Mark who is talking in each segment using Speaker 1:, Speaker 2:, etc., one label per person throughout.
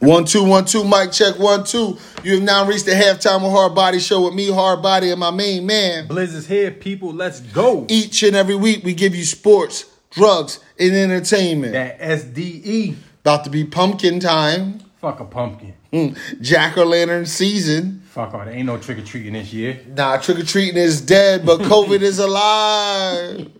Speaker 1: One two one two mic check one two. You have now reached the halftime of Hard Body Show with me, Hard Body, and my main man.
Speaker 2: Blizz is here, people. Let's go.
Speaker 1: Each and every week we give you sports, drugs, and entertainment.
Speaker 2: That SDE.
Speaker 1: About to be pumpkin time.
Speaker 2: Fuck a pumpkin.
Speaker 1: Jack o' lantern season.
Speaker 2: Fuck all. There ain't no trick or treating this year.
Speaker 1: Nah, trick or treating is dead, but COVID is alive.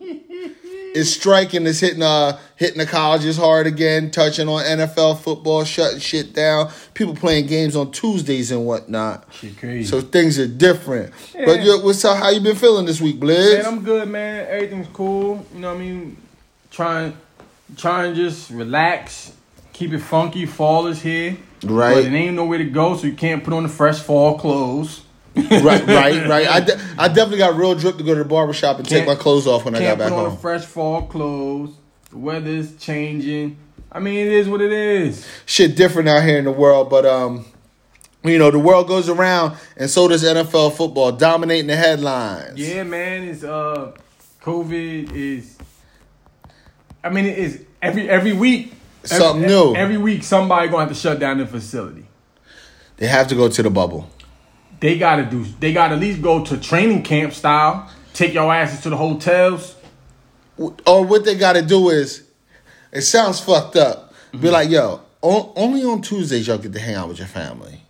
Speaker 1: It's striking. It's hitting uh hitting the colleges hard again. Touching on NFL football, shutting shit down. People playing games on Tuesdays and whatnot.
Speaker 2: Shit crazy.
Speaker 1: So things are different. But
Speaker 2: Yeah.
Speaker 1: yo, what's up? How you been feeling this week, Blizz?
Speaker 2: man, I'm good, man. Everything's cool. You know what I mean? Trying, trying just relax. Keep it funky. Fall is here.
Speaker 1: Right.
Speaker 2: But it ain't nowhere to go, so you can't put on the fresh fall clothes.
Speaker 1: right, right, right. I, de- I definitely got real drip to go to the barber shop and take
Speaker 2: Can't-
Speaker 1: my clothes off when I got
Speaker 2: Can't
Speaker 1: back
Speaker 2: put on
Speaker 1: home.
Speaker 2: the fresh fall clothes. The weather's changing. I mean, it is what it is.
Speaker 1: Shit different out here in the world, but um, you know the world goes around, and so does NFL football, dominating the headlines.
Speaker 2: Yeah, man, it's uh, COVID is. I mean, it is every every week. every- e-,
Speaker 1: Something new.
Speaker 2: Every week, somebody gonna have to shut down the facility.
Speaker 1: they have to go to the bubble.
Speaker 2: They gotta do. They gotta at least go to training camp style. Take your asses to the hotels.
Speaker 1: W- Or what they got to do is, it sounds fucked up.
Speaker 2: Mm-hmm.
Speaker 1: Be like, yo, on- only on Tuesdays y'all get to hang out with your family.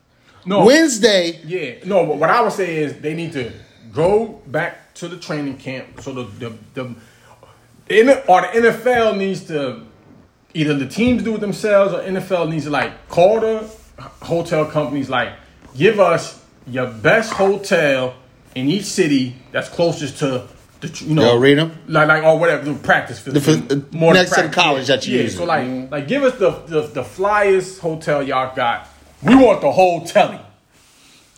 Speaker 2: No,
Speaker 1: Wednesday,
Speaker 2: yeah, no. But what I would say is they need to go back to the training camp. So the the the, the N- or the NFL needs to either the teams do it themselves or NFL needs to like call the hotel companies like give us your best hotel in each city that's closest to the tr- you
Speaker 1: The
Speaker 2: know
Speaker 1: arena?
Speaker 2: like like or whatever the practice field
Speaker 1: The fa- next to the college that you
Speaker 2: yeah,
Speaker 1: use. Mm-hmm.
Speaker 2: so like like give us the the, the flyest hotel y'all got we want the whole telly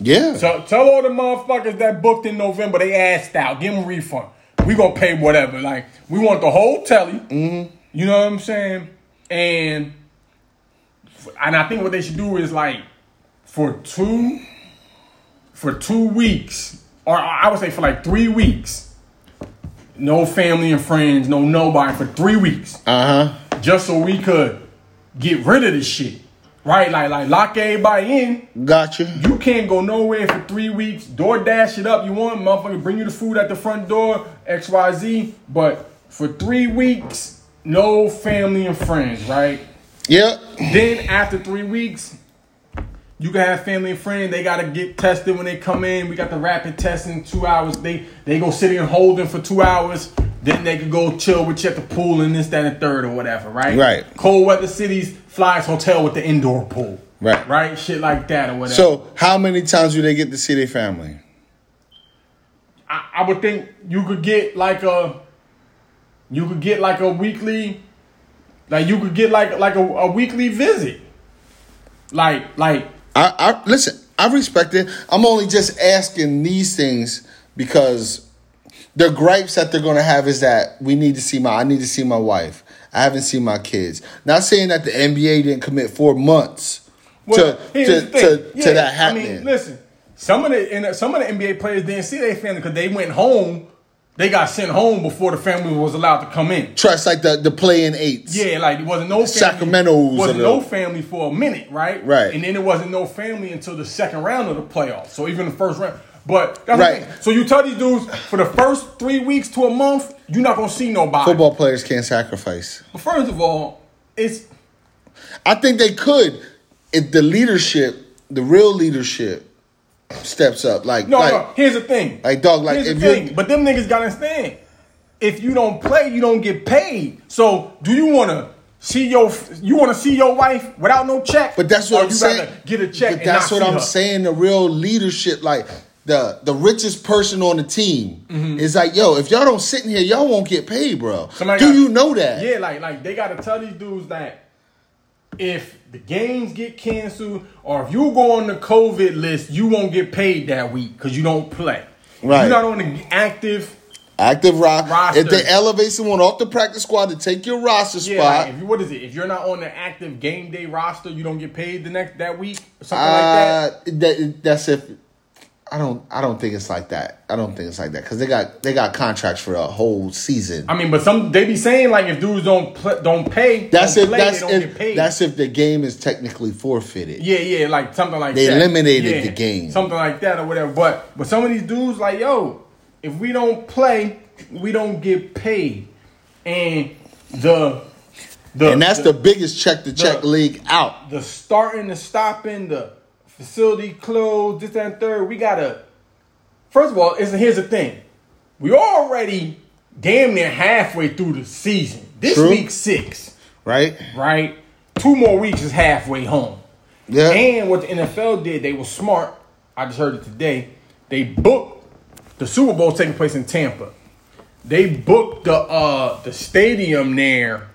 Speaker 1: yeah,
Speaker 2: Tell, tell all the motherfuckers that booked in November they asked out. Give them a refund. We gonna pay whatever. Like we want the whole telly. You know what I'm saying? And and I think what they should do is like for two for two weeks, or I would say for like three weeks. No family and friends, no nobody for three weeks,
Speaker 1: uh huh.
Speaker 2: just so we could get rid of this shit, right? Like, like lock everybody in,
Speaker 1: Gotcha.
Speaker 2: you can't go nowhere for three weeks. Door dash it up. You want motherfucker bring you the food at the front door, XYZ. But for three weeks, no family and friends, right?
Speaker 1: Yep.
Speaker 2: then after three weeks, you can have family and friends. They gotta get tested when they come in. We got the rapid test in two hours. They they go sit in holding for two hours. Then they can go chill with you at the pool and this, that, and third or whatever, right?
Speaker 1: Right.
Speaker 2: Cold weather cities, flies hotel with the indoor pool.
Speaker 1: Right.
Speaker 2: Right? Shit like that or whatever.
Speaker 1: So, how many times do they get to see their family?
Speaker 2: I, I would think you could get like a you could get like a weekly like you could get like like a, a weekly visit. Like like
Speaker 1: I, I listen. I respect it. I'm only just asking these things because the gripes that they're gonna have is that we need to see my. I need to see my wife. I haven't seen my kids. Not saying that the NBA didn't commit four months
Speaker 2: well,
Speaker 1: to
Speaker 2: here's
Speaker 1: to,
Speaker 2: the thing.
Speaker 1: to,
Speaker 2: Yeah,
Speaker 1: to that happening.
Speaker 2: I mean, listen, some of the and uh, some of the NBA players didn't see their family because they went home. They got sent home before the family was allowed to come in.
Speaker 1: Trust like the the play in eights.
Speaker 2: Yeah, like it wasn't no family,
Speaker 1: Sacramento's
Speaker 2: wasn't
Speaker 1: of the-
Speaker 2: no family for a minute, right?
Speaker 1: Right.
Speaker 2: and then it wasn't no family until the second round of the playoffs. So even the first round, but that's
Speaker 1: Right.
Speaker 2: right. So you tell these dudes for the first three weeks to a month, you're not gonna see nobody.
Speaker 1: Football players can't sacrifice.
Speaker 2: But first of all, it's
Speaker 1: I think they could if the leadership, the real leadership, steps up. Like
Speaker 2: no,
Speaker 1: like,
Speaker 2: no. Here's the thing,
Speaker 1: like, dog, like,
Speaker 2: here's
Speaker 1: if
Speaker 2: the
Speaker 1: you-
Speaker 2: thing. But them niggas gotta understand, if you don't play, you don't get paid. So do you wanna? See your you want to see your wife without no check,
Speaker 1: But that's what
Speaker 2: or
Speaker 1: I'm
Speaker 2: Oh, you
Speaker 1: saying.
Speaker 2: rather Get a check.
Speaker 1: But
Speaker 2: and
Speaker 1: that's
Speaker 2: not
Speaker 1: what
Speaker 2: see
Speaker 1: I'm
Speaker 2: her?
Speaker 1: saying. The real leadership, like the the richest person on the team,
Speaker 2: Mm-hmm.
Speaker 1: is like, yo, if y'all don't sit in here, y'all won't get paid, bro.
Speaker 2: Somebody
Speaker 1: Do
Speaker 2: got-
Speaker 1: you know that?
Speaker 2: Yeah, like like they gotta tell these dudes that if the games get canceled or if you go on the COVID list, you won't get paid that week because you don't play.
Speaker 1: Right.
Speaker 2: You're not on the active.
Speaker 1: Active rock.
Speaker 2: Roster.
Speaker 1: If they elevate someone off the practice squad to take your roster
Speaker 2: Yeah,
Speaker 1: spot,
Speaker 2: like if you what is it? If you're not on the active game day roster, you don't get paid the next that week, something like
Speaker 1: uh,
Speaker 2: that.
Speaker 1: that. that's if I don't. I don't think it's like that. I don't think it's like that because they got they got contracts for a whole season.
Speaker 2: I mean, but some they be saying like if dudes don't pl- don't pay,
Speaker 1: That's
Speaker 2: don't
Speaker 1: if
Speaker 2: play,
Speaker 1: that's
Speaker 2: they don't
Speaker 1: if
Speaker 2: get paid.
Speaker 1: that's if the game is technically forfeited.
Speaker 2: yeah, yeah, like something like
Speaker 1: They
Speaker 2: that.
Speaker 1: eliminated the game.
Speaker 2: something like that or whatever. But but some of these dudes like yo, if we don't play, we don't get paid, and the the
Speaker 1: And that's the, biggest check to check
Speaker 2: the-
Speaker 1: league out.
Speaker 2: the starting, the stopping, the facility closed, this that, and third. We gotta. First of all, is here's the thing: we already damn near halfway through the season. This
Speaker 1: True.
Speaker 2: week six,
Speaker 1: Right?
Speaker 2: right? Two more weeks is halfway home.
Speaker 1: Yeah.
Speaker 2: And what the NFL did, they were smart. I just heard it today. They booked the Super Bowl taking place in Tampa. They booked the uh the stadium there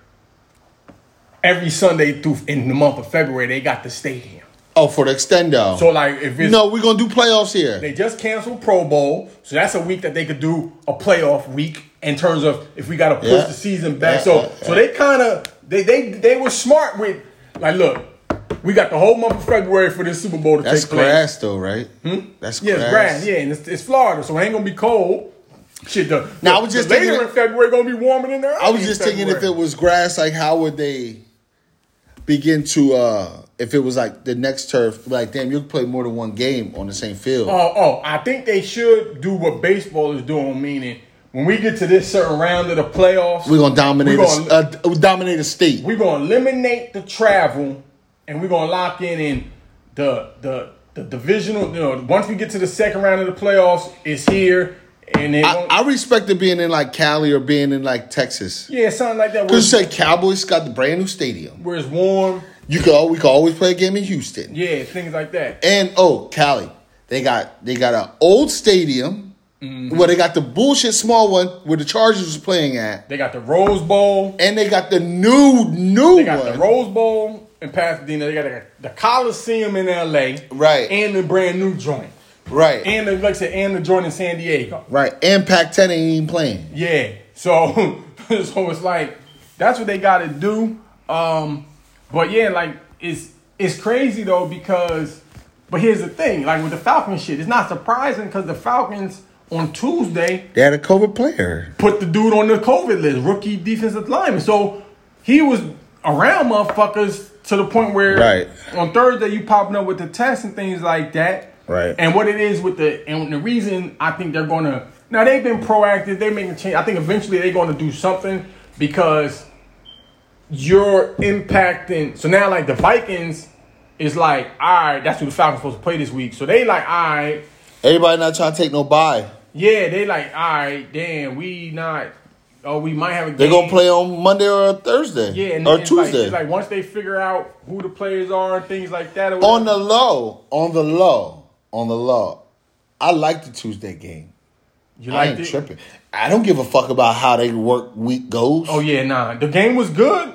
Speaker 2: every Sunday through in the month of February. They got the stadium.
Speaker 1: Oh, for the extendo.
Speaker 2: So like if it's
Speaker 1: no, we're gonna do playoffs here.
Speaker 2: they just canceled Pro Bowl, so that's a week that they could do a playoff week in terms of if we got to push
Speaker 1: Yeah.
Speaker 2: the season back.
Speaker 1: Yeah,
Speaker 2: so,
Speaker 1: yeah,
Speaker 2: so they kind of they they they were smart with like, look, we got the whole month of February for this Super Bowl to
Speaker 1: that's
Speaker 2: take place.
Speaker 1: grass though, right? That's
Speaker 2: Yeah,
Speaker 1: grass.
Speaker 2: it's grass. Yeah, and it's, it's Florida, so it ain't gonna be cold. Shit, the,
Speaker 1: Now, I
Speaker 2: the-
Speaker 1: was just
Speaker 2: the later
Speaker 1: thinking-
Speaker 2: in February gonna be warmer than there.
Speaker 1: I was just thinking if it was grass, like how would they begin to uh if it was like the next turf, like damn, you could play more than one game on the same field.
Speaker 2: Oh, oh, I think they should do what baseball is doing, meaning when we get to this certain round of the playoffs,
Speaker 1: we're gonna dominate
Speaker 2: we
Speaker 1: a-
Speaker 2: gonna-
Speaker 1: uh, dominate a state.
Speaker 2: we're gonna eliminate the travel and we're gonna lock in in the the the divisional you know once we get to the second round of the playoffs it's here and then
Speaker 1: I, I respect it being in like Cali or being in like Texas.
Speaker 2: yeah something like that where,
Speaker 1: Cause you say Cowboys got the brand new stadium.
Speaker 2: where it's warm
Speaker 1: You could al- we could always play a game in Houston.
Speaker 2: yeah things like that
Speaker 1: And oh, Cali, they got they got an old stadium.
Speaker 2: Mm-hmm.
Speaker 1: Well, they got the bullshit small one where the Chargers was playing at,
Speaker 2: they got the rose bowl
Speaker 1: and they got the new new
Speaker 2: they got
Speaker 1: one.
Speaker 2: the rose bowl in pasadena they got the, the coliseum in la
Speaker 1: Right.
Speaker 2: and the brand new joint
Speaker 1: right,
Speaker 2: and the like I said, and the joint in san diego
Speaker 1: right. And Pac-10 ain't even playing.
Speaker 2: Yeah. So so it's like that's what they got to do. Um, but yeah, like it's it's crazy though because but here's the thing, like with the Falcons shit, it's not surprising because the Falcons on Tuesday
Speaker 1: They had a COVID player.
Speaker 2: put the dude on the COVID list, rookie defensive lineman. So he was around motherfuckers to the point where
Speaker 1: Right.
Speaker 2: on Thursday you popping up with the tests and things like that.
Speaker 1: Right.
Speaker 2: And what it is with the and the reason I think they're gonna now they've been proactive, they're making change. I think eventually they're gonna do something because you're impacting so now like the Vikings is like, all right, that's who the Falcons supposed to play this week. So they like, all right,
Speaker 1: Everybody not trying to take no bye.
Speaker 2: yeah, they like, all right, damn, we not. Oh, we might have a game.
Speaker 1: They're gonna play on Monday or Thursday.
Speaker 2: yeah, and
Speaker 1: or
Speaker 2: then it's like-
Speaker 1: Tuesday.
Speaker 2: it's Like, once they figure out who the players are and things like that. Or
Speaker 1: on the low, on the low, on the low. I like the Tuesday game.
Speaker 2: you
Speaker 1: I ain't
Speaker 2: liked it?
Speaker 1: tripping. I don't give a fuck about how they work week goes.
Speaker 2: Oh yeah, nah. The game was good.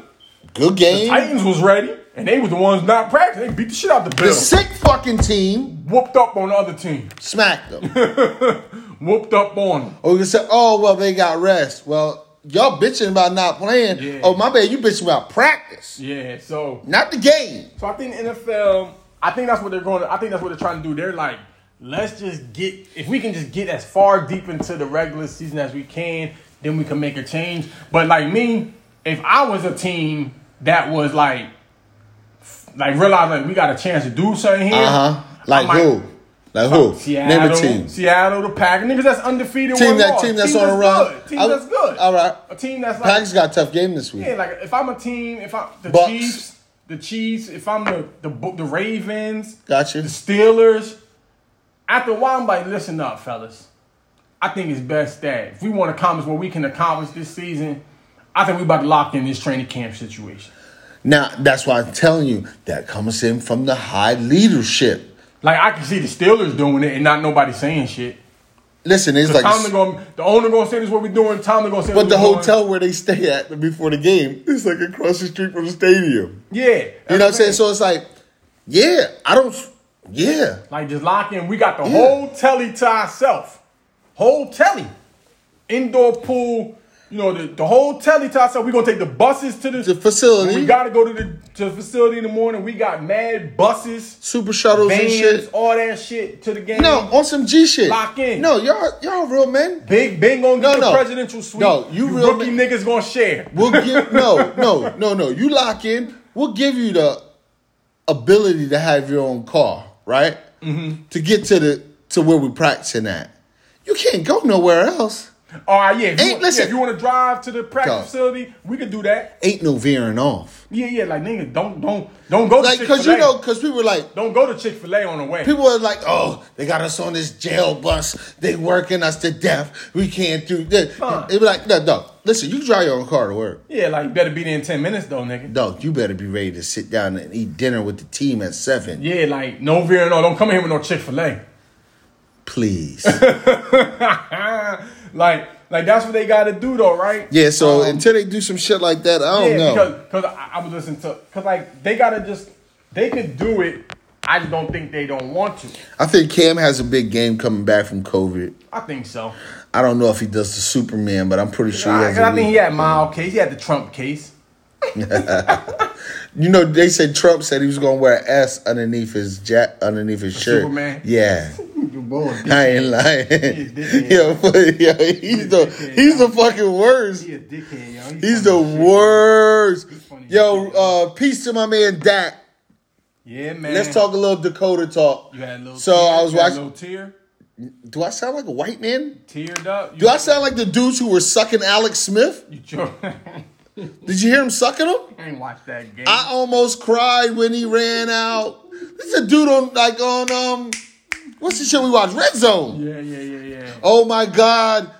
Speaker 1: Good game.
Speaker 2: Titans was ready, and they was the ones not practicing. They beat the shit out the
Speaker 1: The
Speaker 2: Bills.
Speaker 1: sick fucking team
Speaker 2: Whooped up on the other team.
Speaker 1: smacked them.
Speaker 2: Whooped up on them.
Speaker 1: or you can say, oh, well, they got rest. Well, y'all bitching about not playing.
Speaker 2: Yeah.
Speaker 1: Oh, my bad, you bitching about practice,
Speaker 2: Yeah. So
Speaker 1: not the game.
Speaker 2: So I think the NFL, I think that's what they're going. To, I think that's what they're trying to do. They're like, let's just get if we can just get as far deep into the regular season as we can, then we can make a change. But like me, if I was a team that was like, like realizing like, we got a chance to do something here,
Speaker 1: Uh huh. Like
Speaker 2: I might-
Speaker 1: who? Like who?
Speaker 2: Seattle,
Speaker 1: Name a team.
Speaker 2: Seattle, the Pack, niggas that's undefeated.
Speaker 1: Team
Speaker 2: one
Speaker 1: that
Speaker 2: loss.
Speaker 1: team that's on a run.
Speaker 2: good. Team
Speaker 1: I-
Speaker 2: that's good.
Speaker 1: all right.
Speaker 2: A team that's like
Speaker 1: Packers got a tough game this week.
Speaker 2: yeah, like if I'm a team, if I'm the
Speaker 1: Bucks.
Speaker 2: Chiefs, the Chiefs, if I'm the the Bu- the Ravens,
Speaker 1: Gotcha.
Speaker 2: the Steelers. After a while, I'm like, listen up, fellas. I think it's best that if we want to accomplish what we can accomplish this season, I think we about to lock in this training camp situation.
Speaker 1: Now that's why I'm telling you that comes in from the high leadership.
Speaker 2: Like I can see the Steelers doing it and not nobody saying shit.
Speaker 1: Listen, it's
Speaker 2: Like
Speaker 1: like,
Speaker 2: Tomlin gonna, the owner gonna say this is what we're doing. Tomlin gonna say,
Speaker 1: but
Speaker 2: what
Speaker 1: the
Speaker 2: we doing.
Speaker 1: hotel where they stay at before the game is like across the street from the stadium.
Speaker 2: yeah,
Speaker 1: You know what I'm saying? So it's like, yeah, I don't, yeah,
Speaker 2: Like just lock in. We got the whole telly to ourselves. Whole telly. Indoor pool, you know, the, the whole telly to ourselves. We're gonna take the buses to the,
Speaker 1: The facility.
Speaker 2: We gotta go to the to the facility in the morning. We got mad buses,
Speaker 1: Super shuttles and
Speaker 2: vans,
Speaker 1: shit.
Speaker 2: all that shit to the game.
Speaker 1: No, on some G shit.
Speaker 2: Lock in.
Speaker 1: No, y'all y'all real men.
Speaker 2: Big Bing gonna
Speaker 1: No,
Speaker 2: get
Speaker 1: no.
Speaker 2: the presidential suite.
Speaker 1: No, you real
Speaker 2: rookie
Speaker 1: ni-
Speaker 2: niggas gonna share.
Speaker 1: We'll give no, no, no, no. You lock in. We'll give you the ability to have your own car, right? Mm-hmm. To get to the to where we practicing at. You can't go nowhere else.
Speaker 2: All right, yeah. If you,
Speaker 1: Ain't-
Speaker 2: want,
Speaker 1: listen.
Speaker 2: yeah, if you want to drive to the practice
Speaker 1: Go.
Speaker 2: facility, we could do that.
Speaker 1: Ain't no veering off.
Speaker 2: Yeah, yeah. Like nigga, don't don't don't go
Speaker 1: Like,
Speaker 2: to Chick
Speaker 1: cause
Speaker 2: Fil A.
Speaker 1: you know, cause people are like,
Speaker 2: don't go to Chick Fil A on the way.
Speaker 1: people are like, oh, they got us on this jail bus. They working us to death. We can't do this.
Speaker 2: Fine.
Speaker 1: They be like, no, no. Listen, you drive your own car to work.
Speaker 2: yeah, like you better be there in ten minutes though, nigga.
Speaker 1: Dog, you better be ready to sit down and eat dinner with the team at seven.
Speaker 2: Yeah, like no veer and all. Don't come here with no Chick Fil A.
Speaker 1: Please.
Speaker 2: like like that's what they got to do though, right?
Speaker 1: yeah, so
Speaker 2: Um,
Speaker 1: until they do some shit like that, I don't
Speaker 2: yeah,
Speaker 1: know.
Speaker 2: because because I, I was listening to because like they gotta just they could do it. I just don't think they don't want to.
Speaker 1: I think Cam has a big game coming back from COVID.
Speaker 2: I think so.
Speaker 1: I don't know if he does the Superman, but I'm pretty sure he
Speaker 2: I,
Speaker 1: has. A
Speaker 2: 'cause I think he
Speaker 1: week.
Speaker 2: had mild case. He had the Trump case.
Speaker 1: You know, they said Trump said he was gonna wear an S underneath his jack underneath his shirt.
Speaker 2: Superman?
Speaker 1: Yeah.
Speaker 2: Your boy.
Speaker 1: I ain't lying.
Speaker 2: dickhead.
Speaker 1: yo, but, yo, he's the
Speaker 2: dickhead,
Speaker 1: he's the fucking worst.
Speaker 2: a dickhead, yo.
Speaker 1: He's the worst.
Speaker 2: funny as
Speaker 1: Yo,
Speaker 2: shit.
Speaker 1: uh, peace to my man Dak.
Speaker 2: Yeah, man.
Speaker 1: Let's talk a little Dakota talk.
Speaker 2: You had a little.
Speaker 1: so
Speaker 2: tear,
Speaker 1: I was
Speaker 2: you had a
Speaker 1: watching.
Speaker 2: little tear,
Speaker 1: Do I sound like a white man?
Speaker 2: teared up. You,
Speaker 1: Do I sound like the dudes who were sucking Alex Smith?
Speaker 2: you sure? I
Speaker 1: Did you hear him sucking him?
Speaker 2: ain't watched that game.
Speaker 1: I almost cried when he ran out. This is a dude on like on um what's the shit we watch? Red Zone.
Speaker 2: yeah, yeah, yeah, yeah.
Speaker 1: Oh my god.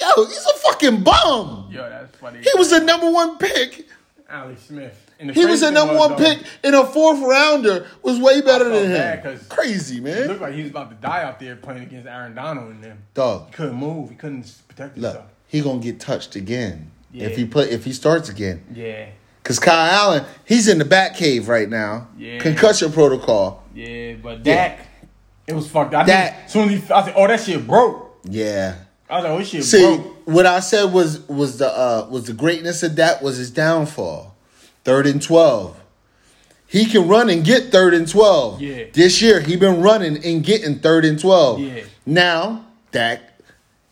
Speaker 1: Yo, he's a fucking bum.
Speaker 2: Yo, that's funny.
Speaker 1: He was the number one pick.
Speaker 2: Alex Smith. And the
Speaker 1: He was
Speaker 2: crazy
Speaker 1: the
Speaker 2: thing
Speaker 1: number
Speaker 2: was,
Speaker 1: one
Speaker 2: though,
Speaker 1: pick in a fourth rounder was way better
Speaker 2: felt
Speaker 1: than
Speaker 2: bad 'cause-
Speaker 1: him. Crazy,
Speaker 2: It
Speaker 1: man.
Speaker 2: looked like he was about to die out there playing against Aaron Donald and them. He
Speaker 1: Dog,
Speaker 2: couldn't move. He couldn't s- protect
Speaker 1: look,
Speaker 2: himself.
Speaker 1: he gonna get touched again.
Speaker 2: Yeah.
Speaker 1: If he play if he starts again.
Speaker 2: Yeah,
Speaker 1: Cause Kyle Allen, he's in the back cave right now.
Speaker 2: Yeah.
Speaker 1: Concussion protocol.
Speaker 2: yeah, but
Speaker 1: Yeah.
Speaker 2: Dak, it was fucked. I
Speaker 1: Dak.
Speaker 2: Dak. As soon as he, I said, "Oh, that shit broke."
Speaker 1: Yeah.
Speaker 2: I was like, "Oh, this shit
Speaker 1: See,
Speaker 2: broke."
Speaker 1: what I said was was the uh, was the greatness of that was his downfall. Third and twelve, he can run and get third and twelve.
Speaker 2: Yeah.
Speaker 1: This year he been running and getting third and twelve.
Speaker 2: Yeah.
Speaker 1: Now Dak,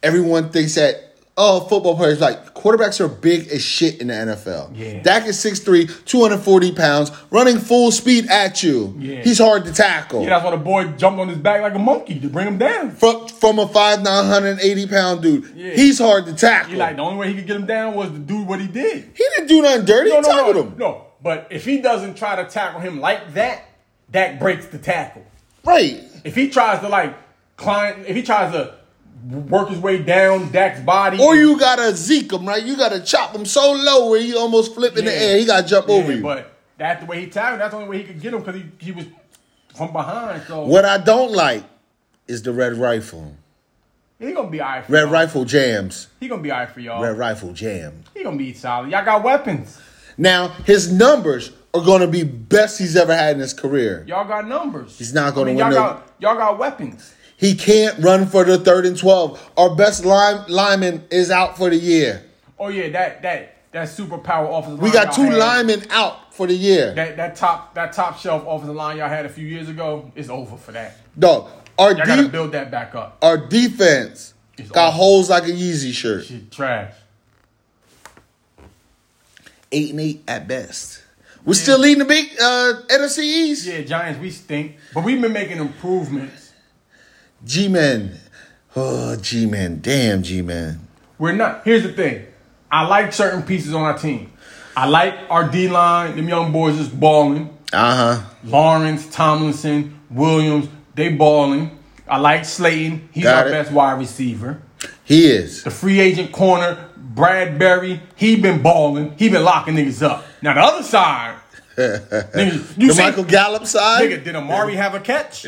Speaker 1: everyone thinks that oh football players like quarterbacks are big as shit in the NFL.
Speaker 2: Yeah.
Speaker 1: Dak is 6'3", 240 pounds, running full speed at you.
Speaker 2: Yeah.
Speaker 1: He's hard to tackle.
Speaker 2: Yeah, that's why the boy jumped on his back like a monkey to bring him down.
Speaker 1: From, from a 5'9", 180 pound dude,
Speaker 2: Yeah.
Speaker 1: he's hard to tackle.
Speaker 2: He like the only way he could get him down was to do what he did.
Speaker 1: He didn't do nothing dirty.
Speaker 2: No,
Speaker 1: He
Speaker 2: no,
Speaker 1: tackled
Speaker 2: no,
Speaker 1: him.
Speaker 2: no. But if he doesn't try to tackle him like that, Dak breaks the tackle.
Speaker 1: Right.
Speaker 2: If he tries to like climb, if he tries to work his way down Dak's body,
Speaker 1: Or you gotta zeke him, right? You gotta chop him so low where he almost flip in the
Speaker 2: Yeah.
Speaker 1: air. He gotta jump
Speaker 2: Yeah,
Speaker 1: over you.
Speaker 2: But that's the way he tackled. That's the only way he could get him because he, he was from behind. So
Speaker 1: what I don't like is the red rifle.
Speaker 2: he gonna be alright. for
Speaker 1: Red
Speaker 2: y'all.
Speaker 1: rifle jams.
Speaker 2: He gonna be alright for y'all.
Speaker 1: Red rifle jam.
Speaker 2: He gonna be solid. Y'all got weapons.
Speaker 1: Now his numbers are gonna be best he's ever had in his career.
Speaker 2: Y'all got numbers. He's
Speaker 1: not gonna
Speaker 2: y'all
Speaker 1: win no-
Speaker 2: got y'all got weapons.
Speaker 1: He can't run for the third and twelve. Our best line, lineman is out for the year.
Speaker 2: Oh yeah, that that that superpower offensive.
Speaker 1: We
Speaker 2: line
Speaker 1: got
Speaker 2: y'all
Speaker 1: two
Speaker 2: had,
Speaker 1: linemen out for the year.
Speaker 2: That that top that top shelf offensive line y'all had a few years ago is over for that.
Speaker 1: Dog, our
Speaker 2: Y'all gotta
Speaker 1: de-
Speaker 2: build that back up.
Speaker 1: our defense
Speaker 2: It's
Speaker 1: got
Speaker 2: awful.
Speaker 1: holes like a Yeezy shirt.
Speaker 2: Shit, trash.
Speaker 1: eight and eight at best. We're still leading the big uh, NFC East.
Speaker 2: Yeah, Giants, we stink, but we've been making improvements.
Speaker 1: G men, oh G men, damn G men.
Speaker 2: We're not. Here's the thing. I like certain pieces on our team. I like our D line. Them young boys just balling.
Speaker 1: Uh huh.
Speaker 2: Lawrence, Tomlinson, Williams, they balling. I like Slayton. He's
Speaker 1: Got
Speaker 2: our
Speaker 1: it.
Speaker 2: best wide receiver.
Speaker 1: He is.
Speaker 2: The free agent corner, Bradbury. He been balling. He been locking niggas up. Now the other side, niggas, you
Speaker 1: The
Speaker 2: see,
Speaker 1: Michael Gallup side,
Speaker 2: nigga, did Amari have a catch?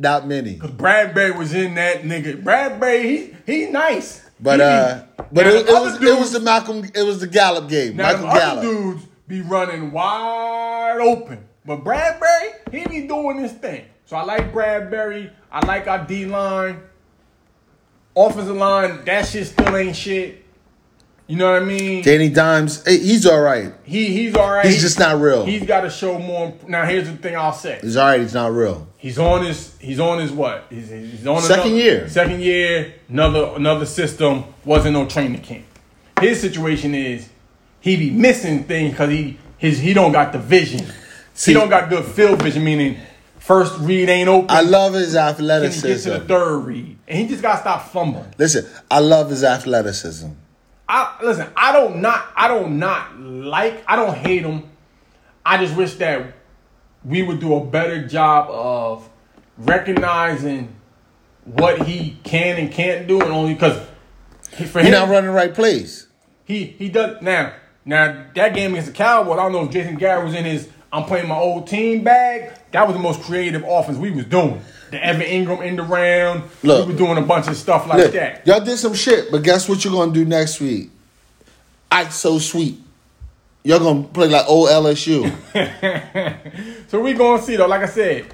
Speaker 1: not many.
Speaker 2: Bradbury was in that nigga. Bradbury, he he nice.
Speaker 1: But
Speaker 2: He-
Speaker 1: uh, but
Speaker 2: Now,
Speaker 1: it,
Speaker 2: the
Speaker 1: it
Speaker 2: other
Speaker 1: was it
Speaker 2: dudes-
Speaker 1: was the Malcolm it was the Gallup game.
Speaker 2: Now,
Speaker 1: Michael
Speaker 2: them other
Speaker 1: Gallup.
Speaker 2: dudes be running wide open. But Bradbury, he be doing this thing. So I like Bradbury. I like our D line. Offensive line, that shit still ain't shit. You know what I mean?
Speaker 1: Danny Dimes, eh, he's all right.
Speaker 2: He he's all right.
Speaker 1: He's just not real.
Speaker 2: He's got to show more. Now here's the thing I'll say.
Speaker 1: He's all right. He's not real.
Speaker 2: He's on his he's on his what? He's, he's on
Speaker 1: Second
Speaker 2: another-
Speaker 1: year.
Speaker 2: Second year. Another another system wasn't no training camp. His situation is he be missing things because he his he don't got the vision.
Speaker 1: See-
Speaker 2: he don't got good field vision. Meaning first read ain't open.
Speaker 1: I love his
Speaker 2: and he gets to
Speaker 1: athleticism.
Speaker 2: the third read, and he just got to stop fumbling.
Speaker 1: Listen, I love his athleticism.
Speaker 2: I listen. I don't not. I don't not like. I don't hate him. I just wish that we would do a better job of recognizing what he can and can't do, and only because for
Speaker 1: He's
Speaker 2: him,
Speaker 1: not running the right plays.
Speaker 2: he he does now. Now that game against the Cowboys, I don't know if Jason Garrett was in his "I'm playing my old team" bag. That was the most creative offense we was doing. The Evan Ingram end around.
Speaker 1: Look.
Speaker 2: we were doing a bunch of stuff like
Speaker 1: Look,
Speaker 2: that.
Speaker 1: y'all did some shit, but guess what you're gonna do next week? Ike so sweet. Y'all gonna play like old LSU.
Speaker 2: So we gonna see though. Like I said,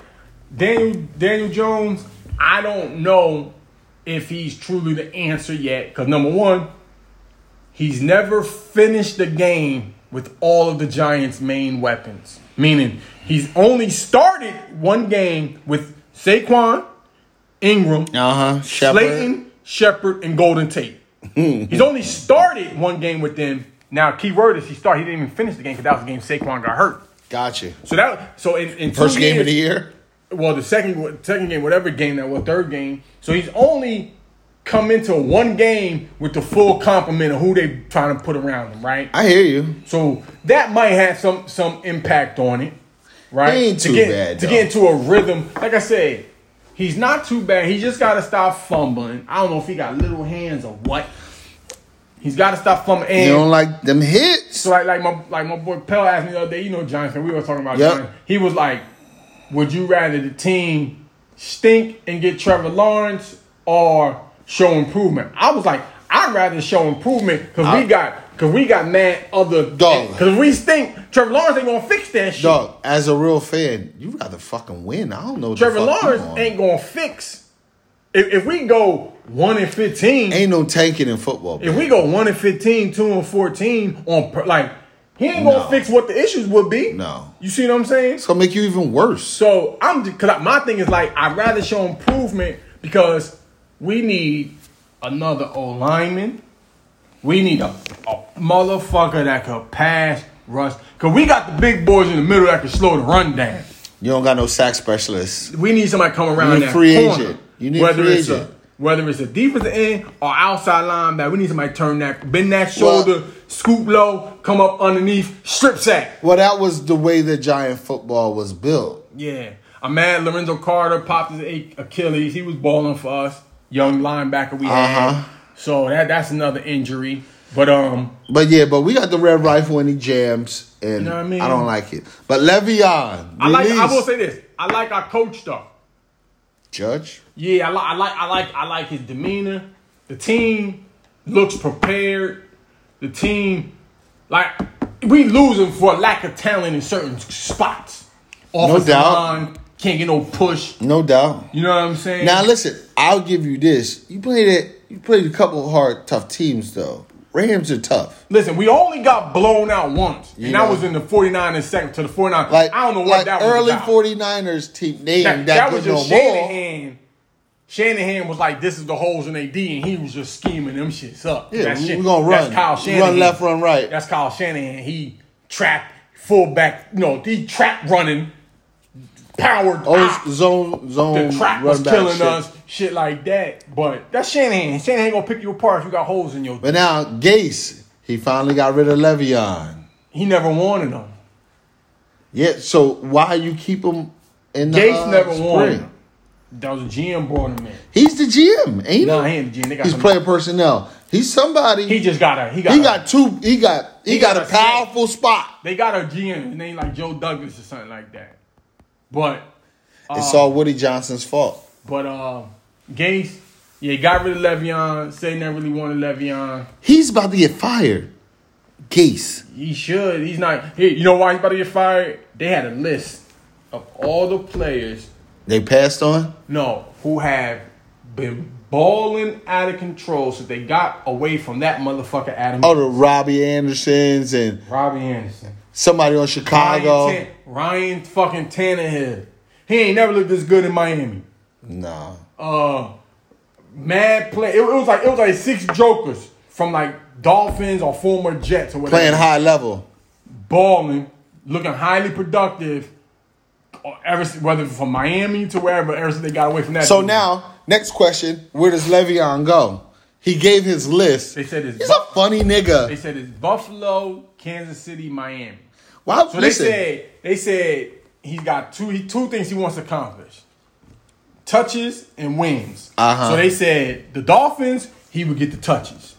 Speaker 2: Daniel Daniel Jones. I don't know if he's truly the answer yet. Because number one, he's never finished the game with all of the Giants' main weapons. Meaning he's only started one game with Saquon, Ingram,
Speaker 1: Uh huh.
Speaker 2: Slayton, Shepard, and Golden Tate. He's only started one game with them. Now, key word is he started. He didn't even finish the game because that was the game Saquon got hurt.
Speaker 1: Gotcha.
Speaker 2: So that so in, in two
Speaker 1: First game of the
Speaker 2: years-
Speaker 1: year.
Speaker 2: Well, the second second game, whatever game that was, third game. So he's only come into one game with the full complement of who they trying to put around him, right?
Speaker 1: I hear you.
Speaker 2: So that might have some some impact on it, right?
Speaker 1: It ain't
Speaker 2: to
Speaker 1: too
Speaker 2: get
Speaker 1: bad,
Speaker 2: to
Speaker 1: though.
Speaker 2: get into a rhythm. Like I said, he's not too bad. He just got to stop fumbling. I don't know if he got little hands or what. He's got to stop fumbling. And
Speaker 1: You don't like them hits.
Speaker 2: so like like my like my boy Pell asked me the other day, you know Johnson, we were talking about
Speaker 1: Yep.
Speaker 2: Johnson. He was like, Would you rather the team stink and get Trevor Lawrence or show improvement? I was like, I'd rather show improvement because we got cause we got mad other
Speaker 1: Dog.
Speaker 2: Cause we stink Trevor Lawrence ain't gonna fix that shit.
Speaker 1: Dog, as a real fan, you rather fucking win. I don't know. What
Speaker 2: Trevor
Speaker 1: the fuck you
Speaker 2: Lawrence
Speaker 1: on.
Speaker 2: ain't gonna fix if, if we go one and fifteen
Speaker 1: Ain't no tanking in football.
Speaker 2: If
Speaker 1: bro.
Speaker 2: we go one and 15, 2 and fourteen on per, like he ain't gonna
Speaker 1: No.
Speaker 2: fix what the issues would be.
Speaker 1: No.
Speaker 2: you see what I'm saying?
Speaker 1: it's gonna make you even worse.
Speaker 2: So I'm because my thing is like I'd rather show improvement because we need another O lineman. We need a, a motherfucker that could pass rush. Cause we got the big boys in the middle that can slow the run down.
Speaker 1: You don't got no sack specialists.
Speaker 2: We need somebody come around
Speaker 1: You need
Speaker 2: that
Speaker 1: free
Speaker 2: corner.
Speaker 1: agent. You need
Speaker 2: whether
Speaker 1: free
Speaker 2: it's
Speaker 1: agent.
Speaker 2: A, whether it's a defensive end or outside linebacker, we need somebody to turn that, bend that shoulder, scoop low, come up underneath, strip sack.
Speaker 1: Well, that was the way that giant football was built.
Speaker 2: Yeah. I'm mad Lorenzo Carter popped his A- Achilles. He was balling for us. Young linebacker we
Speaker 1: Uh-huh.
Speaker 2: had. So that that's another injury. But um
Speaker 1: But yeah, but we got the red rifle and he jams, and
Speaker 2: know what
Speaker 1: I,
Speaker 2: I mean?
Speaker 1: don't like it. But Le'Veon,
Speaker 2: I like I
Speaker 1: release.
Speaker 2: will say this. I like our coach though.
Speaker 1: Judge.
Speaker 2: Yeah, I like I like I like I like his demeanor. The team looks prepared. The team like we losing for lack of talent in certain spots. Offensive
Speaker 1: doubt.
Speaker 2: line can't get no push.
Speaker 1: No doubt.
Speaker 2: You know what I'm saying?
Speaker 1: Now listen, I'll give you this. You played it. You played a couple of hard, tough teams though. Rams are tough.
Speaker 2: Listen, we only got blown out once, and
Speaker 1: You
Speaker 2: that
Speaker 1: know.
Speaker 2: was in the 49 and second to the 49.
Speaker 1: Like
Speaker 2: I don't know what
Speaker 1: like
Speaker 2: that was
Speaker 1: early
Speaker 2: about.
Speaker 1: 49ers team. They
Speaker 2: that,
Speaker 1: ain't
Speaker 2: that
Speaker 1: that,
Speaker 2: was
Speaker 1: good no
Speaker 2: just
Speaker 1: more.
Speaker 2: Shanahan. Shanahan was like, "This is the holes in AD," and he was just scheming them shits up.
Speaker 1: Yeah,
Speaker 2: That
Speaker 1: we-
Speaker 2: shit-
Speaker 1: we gonna run.
Speaker 2: That's Kyle
Speaker 1: We
Speaker 2: Shanahan.
Speaker 1: run left, run right.
Speaker 2: That's Kyle Shanahan. He trap fullback. No, he trap running, powered.
Speaker 1: Oh,
Speaker 2: op.
Speaker 1: zone zone
Speaker 2: Ah, the trap
Speaker 1: run
Speaker 2: was
Speaker 1: back
Speaker 2: killing
Speaker 1: shit.
Speaker 2: us. Shit like that. But that's Shanahan. Shanahan gonna pick you apart if you got holes in your.
Speaker 1: But now Gase, he finally got rid of Le'Veon.
Speaker 2: He never wanted them.
Speaker 1: Yeah, so why you keep him in the
Speaker 2: Gates
Speaker 1: uh,
Speaker 2: never
Speaker 1: spring?
Speaker 2: won. That was a GM brought him in.
Speaker 1: He's the GM, ain't
Speaker 2: No,
Speaker 1: he?
Speaker 2: he ain't the GM. They got
Speaker 1: He's
Speaker 2: some-
Speaker 1: player personnel. He's somebody.
Speaker 2: He
Speaker 1: He,
Speaker 2: just got a he got a-
Speaker 1: got two. He got he,
Speaker 2: He
Speaker 1: got,
Speaker 2: got
Speaker 1: a
Speaker 2: a-
Speaker 1: powerful spot.
Speaker 2: they got a GM his name like Joe Douglas or something like that. But
Speaker 1: it's all Woody Johnson's fault.
Speaker 2: but uh Gase, yeah, got rid of Le'Veon. Say never really wanted Le'Veon.
Speaker 1: He's about to get fired. Gase.
Speaker 2: He should. He's not. Hey, you know why he's about to get fired? They had a list of all the players
Speaker 1: They passed on.
Speaker 2: no who have been balling out of control since they got away from that motherfucker Adam.
Speaker 1: Oh, the Robbie Andersons and
Speaker 2: Robbie Anderson.
Speaker 1: somebody on Chicago.
Speaker 2: Ryan, Tan- Ryan fucking Tannehill. He ain't never looked this good in Miami.
Speaker 1: Nah.
Speaker 2: Uh, mad play. It, it was like it was like six jokers from like Dolphins or former Jets or whatever.
Speaker 1: Playing high level.
Speaker 2: balling, looking highly productive. or Ever si- whether from Miami to wherever, ever since they got away from that.
Speaker 1: So
Speaker 2: dude.
Speaker 1: now, next question: Where does Le'Veon go? He gave his list.
Speaker 2: They said it's
Speaker 1: he's a funny
Speaker 2: they
Speaker 1: nigga.
Speaker 2: said it's Buffalo, Kansas City, Miami.
Speaker 1: Why?
Speaker 2: So
Speaker 1: listen,
Speaker 2: they said they said he's got two he, two things he wants to accomplish: touches and wins.
Speaker 1: Uh-huh.
Speaker 2: So they said the Dolphins he would get the touches,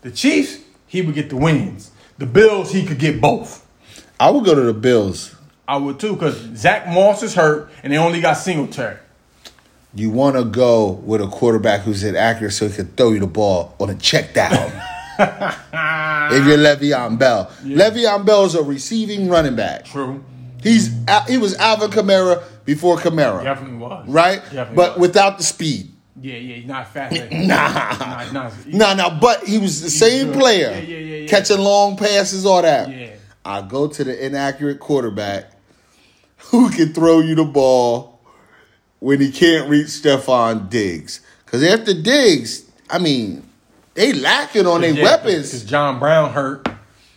Speaker 2: the Chiefs he would get the wins, the Bills he could get both.
Speaker 1: I would go to the Bills.
Speaker 2: I would too because Zach Moss is hurt and they only got Singletary.
Speaker 1: You want to go with a quarterback who's inaccurate so he can throw you the ball on a check down. if you're Le'Veon Bell, Le'Veon Bell is a receiving running back.
Speaker 2: True,
Speaker 1: He's Al- he was Alvin Kamara before Kamara,
Speaker 2: definitely was
Speaker 1: right?
Speaker 2: Definitely
Speaker 1: but
Speaker 2: was.
Speaker 1: without the speed.
Speaker 2: yeah, yeah, he's not fast. nah, nah, nah.
Speaker 1: No, no, but he was the same
Speaker 2: good.
Speaker 1: player.
Speaker 2: Yeah, yeah, yeah, yeah.
Speaker 1: Catching long passes, all that.
Speaker 2: Yeah.
Speaker 1: I go to the inaccurate quarterback who can throw you the ball when he can't reach Stephon Diggs. Because after Diggs, I mean, they lacking on their
Speaker 2: Yeah, 'cause- 'cause
Speaker 1: weapons.
Speaker 2: John Brown hurt.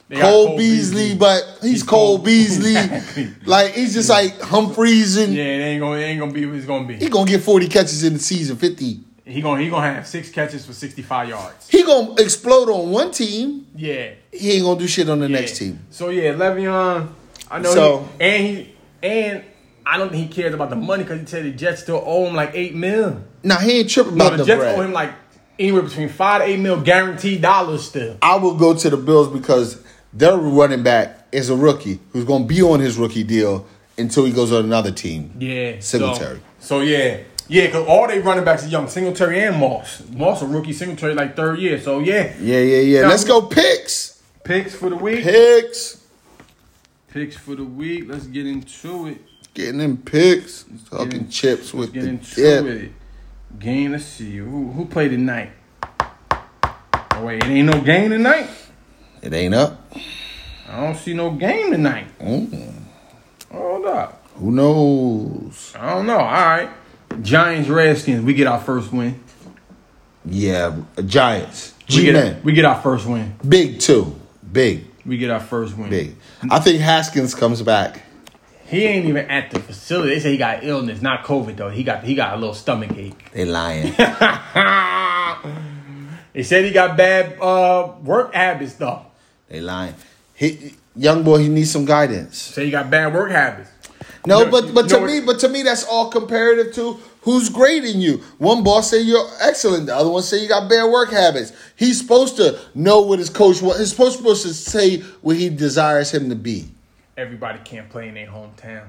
Speaker 2: They got
Speaker 1: Cole Beasley, but he's, Cole,
Speaker 2: Cole-
Speaker 1: Beasley.
Speaker 2: Exactly.
Speaker 1: Like, he's just like Humphreys and
Speaker 2: Yeah, it ain't gonna, it ain't gonna be what it's gonna be.
Speaker 1: he going to get 40 catches in the season, 50.
Speaker 2: He gonna he gonna have six catches for sixty five yards.
Speaker 1: He going to explode on one team.
Speaker 2: Yeah.
Speaker 1: He ain't going to do shit on the
Speaker 2: yeah.
Speaker 1: next team.
Speaker 2: So yeah, Le'Veon. I know.
Speaker 1: So-
Speaker 2: he, and he and I don't think he cares about the money because he said the Jets still owe him like eight mil.
Speaker 1: Now he ain't tripping
Speaker 2: No,
Speaker 1: about
Speaker 2: the,
Speaker 1: the,
Speaker 2: Jets
Speaker 1: bread.
Speaker 2: owe him like anywhere between five to eight mil guaranteed dollars still.
Speaker 1: I will go to the Bills because their running back is a rookie who's going to be on his rookie deal until he goes on another team.
Speaker 2: Yeah. so-
Speaker 1: Singletary.
Speaker 2: So, yeah. Yeah, because all they running backs are young, Singletary and Moss. Moss a rookie, Singletary like third year. So yeah.
Speaker 1: Yeah, yeah, yeah.
Speaker 2: Now-
Speaker 1: Let's go picks.
Speaker 2: Picks for the week.
Speaker 1: Picks.
Speaker 2: Picks for the week. Let's get into it.
Speaker 1: Getting them picks. Talking
Speaker 2: in-
Speaker 1: chips with
Speaker 2: Get
Speaker 1: the
Speaker 2: into
Speaker 1: dip.
Speaker 2: it. Game. Let's see who who played tonight. Oh wait, it ain't no game tonight.
Speaker 1: It ain't up.
Speaker 2: I don't see no game tonight.
Speaker 1: Oh.
Speaker 2: Hold up.
Speaker 1: Who knows?
Speaker 2: I don't know. All right. Giants Redskins. We get our first win.
Speaker 1: Yeah, Giants.
Speaker 2: We
Speaker 1: G
Speaker 2: get,
Speaker 1: man.
Speaker 2: we get our first win.
Speaker 1: Big two. Big,
Speaker 2: We get our first win.
Speaker 1: big. I think Haskins comes back.
Speaker 2: He ain't even at the facility. They say he got illness, not COVID though. He got he got a little stomach ache.
Speaker 1: They lying.
Speaker 2: They said he got bad uh, work habits though.
Speaker 1: they lying. He, young boy, he needs some guidance.
Speaker 2: Say he got bad work habits.
Speaker 1: No,
Speaker 2: No,
Speaker 1: but but
Speaker 2: no,
Speaker 1: to
Speaker 2: it-
Speaker 1: me, but to me, that's all comparative to who's grading you. One boss say you're excellent, the other one say you got bad work habits. He's supposed to know what his coach wants. He's supposed supposed to say what he desires him to be.
Speaker 2: Everybody can't play in their hometown.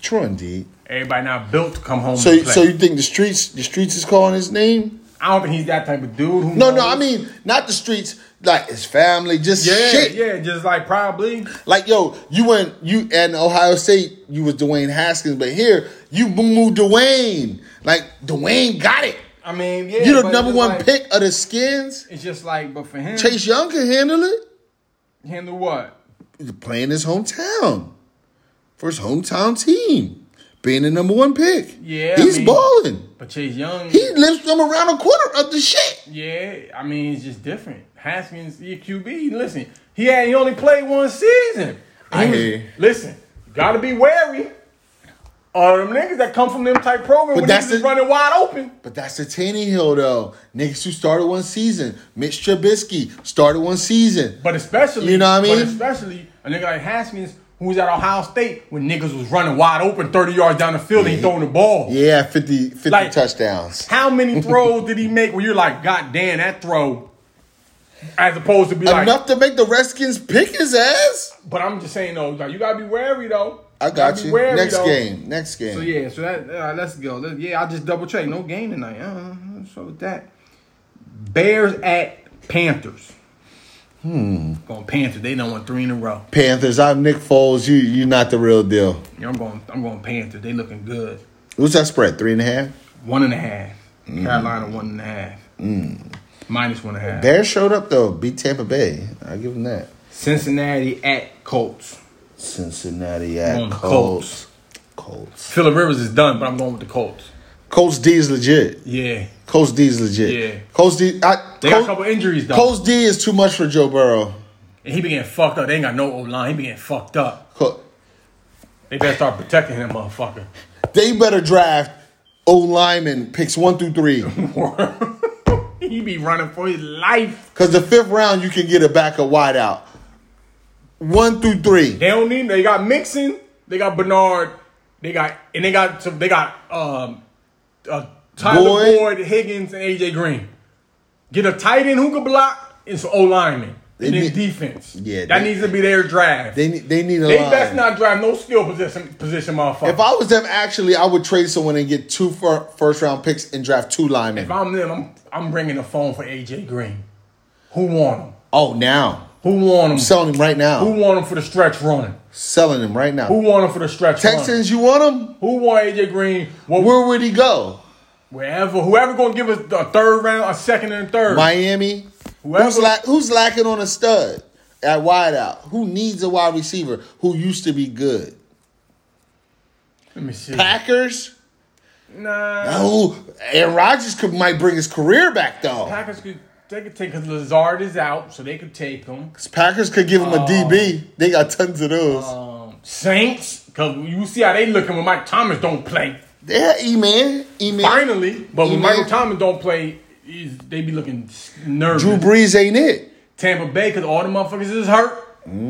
Speaker 1: True, indeed.
Speaker 2: Everybody not built to come home.
Speaker 1: So
Speaker 2: and play.
Speaker 1: so you think the streets the streets is calling his name?
Speaker 2: I don't think he's that type of dude. Who
Speaker 1: No,
Speaker 2: knows.
Speaker 1: no, I mean not the streets. Like his family, just
Speaker 2: yeah,
Speaker 1: shit.
Speaker 2: yeah, just like probably.
Speaker 1: Like yo, you went you and Ohio State, you was Dwayne Haskins, but here you moved Dwayne. Like Dwayne got it.
Speaker 2: I mean, yeah,
Speaker 1: You
Speaker 2: but
Speaker 1: the
Speaker 2: it's
Speaker 1: number
Speaker 2: just
Speaker 1: one
Speaker 2: like-
Speaker 1: pick of the skins.
Speaker 2: It's just like, but for him,
Speaker 1: Chase Young can handle it.
Speaker 2: handle what?
Speaker 1: He's playing his hometown, first hometown team, being the number one pick.
Speaker 2: Yeah, I
Speaker 1: he's
Speaker 2: mean-
Speaker 1: balling.
Speaker 2: But Chase Young,
Speaker 1: He lifts them around a quarter of the shit.
Speaker 2: yeah, I mean, it's just different. Haskins, your QB. Listen, he had he only played one season.
Speaker 1: I
Speaker 2: He was-
Speaker 1: hear you.
Speaker 2: Listen, you gotta be wary. All them niggas that come from them type program when
Speaker 1: that's
Speaker 2: niggas is
Speaker 1: the-
Speaker 2: running wide open.
Speaker 1: But that's the Tannehill though. Niggas who started one season, Mitch Trubisky started one season.
Speaker 2: But especially,
Speaker 1: You know what I
Speaker 2: But
Speaker 1: mean?
Speaker 2: especially a nigga like Haskins, who was at Ohio State when niggas was running wide open, thirty yards down the field, and he throwing the ball.
Speaker 1: Yeah, 50, 50
Speaker 2: Like-
Speaker 1: touchdowns.
Speaker 2: How many throws did he make where you're like, God damn, that throw? As opposed to be like,
Speaker 1: Enough to make the Redskins pick his ass.
Speaker 2: but I'm just saying though, like, you gotta be wary though.
Speaker 1: I got
Speaker 2: gotta be
Speaker 1: you.
Speaker 2: wary,
Speaker 1: Next
Speaker 2: though.
Speaker 1: game. Next game.
Speaker 2: So yeah, so that uh, let's go. Let- yeah, I just double check. No game tonight. Uh, so with that, Bears at Panthers. Hmm. Going Panthers. They don't want three in a row.
Speaker 1: Panthers. I'm Nick Foles. You you're not the real deal.
Speaker 2: Yeah, I'm going. I'm going Panthers. They looking good.
Speaker 1: What's that spread? Three and a half.
Speaker 2: One and a half. Carolina one and a half. Minus one and a half.
Speaker 1: Bears showed up though, beat Tampa Bay. I give them that.
Speaker 2: Cincinnati at Colts.
Speaker 1: Cincinnati at
Speaker 2: On the
Speaker 1: Colts. Colts.
Speaker 2: Phillip Rivers is done, but I'm going with the Colts.
Speaker 1: Colts D is legit.
Speaker 2: Yeah.
Speaker 1: Colts D is legit.
Speaker 2: Yeah.
Speaker 1: Colts D. I,
Speaker 2: They got a
Speaker 1: Colts,
Speaker 2: couple injuries though.
Speaker 1: Colts D is too much for Joe Burrow.
Speaker 2: And he be getting fucked up. They ain't got no O line. He be getting fucked up.
Speaker 1: Col-
Speaker 2: They better start protecting him, motherfucker.
Speaker 1: They better draft O lineman picks one through three
Speaker 2: he be running for his life.
Speaker 1: because the fifth round you can get a backup wideout. One through three.
Speaker 2: They don't need. They got Mixon. They got Bernard. They got and they got some. They got um, uh, Tyler
Speaker 1: Boyd.
Speaker 2: Boyd, Higgins, and AJ Green. Get a tight end who can block and some O lineman.
Speaker 1: They
Speaker 2: And then
Speaker 1: need-
Speaker 2: defense.
Speaker 1: Yeah,
Speaker 2: that
Speaker 1: they-
Speaker 2: needs to be their draft. They,
Speaker 1: They need. They need a line.
Speaker 2: best not drive no skill position position motherfucker.
Speaker 1: If I was them, actually, I would trade someone and get two fir- first round picks and draft two linemen.
Speaker 2: If I'm them, I'm I'm bringing the phone for AJ Green. Who want him?
Speaker 1: oh, now
Speaker 2: Who want him?
Speaker 1: selling him right now.
Speaker 2: Who want him for the stretch run?
Speaker 1: selling him right now.
Speaker 2: Who want him for the stretch run?
Speaker 1: Texans, you want him?
Speaker 2: Who want AJ Green? Well,
Speaker 1: Where would he go?
Speaker 2: wherever, whoever gonna give us a third round, a second and a third.
Speaker 1: Miami.
Speaker 2: Whoever-
Speaker 1: Who's, la- who's lacking on a stud at wideout? Who needs a wide receiver who used to be good?
Speaker 2: Let me see.
Speaker 1: Packers.
Speaker 2: Nah,
Speaker 1: Oh, Aaron Rodgers could might bring his career back though.
Speaker 2: Packers could they could take because Lazard is out, so they could take him.
Speaker 1: 'Cause Packers could give him a DB. They got tons of those.
Speaker 2: Um, Saints, because you see how they looking when Mike Thomas don't play.
Speaker 1: they had E man, E man.
Speaker 2: Finally, but when
Speaker 1: Amen.
Speaker 2: Michael Thomas don't play, he's, they be looking nervous.
Speaker 1: Drew Brees ain't it.
Speaker 2: Tampa Bay, because all the motherfuckers is hurt.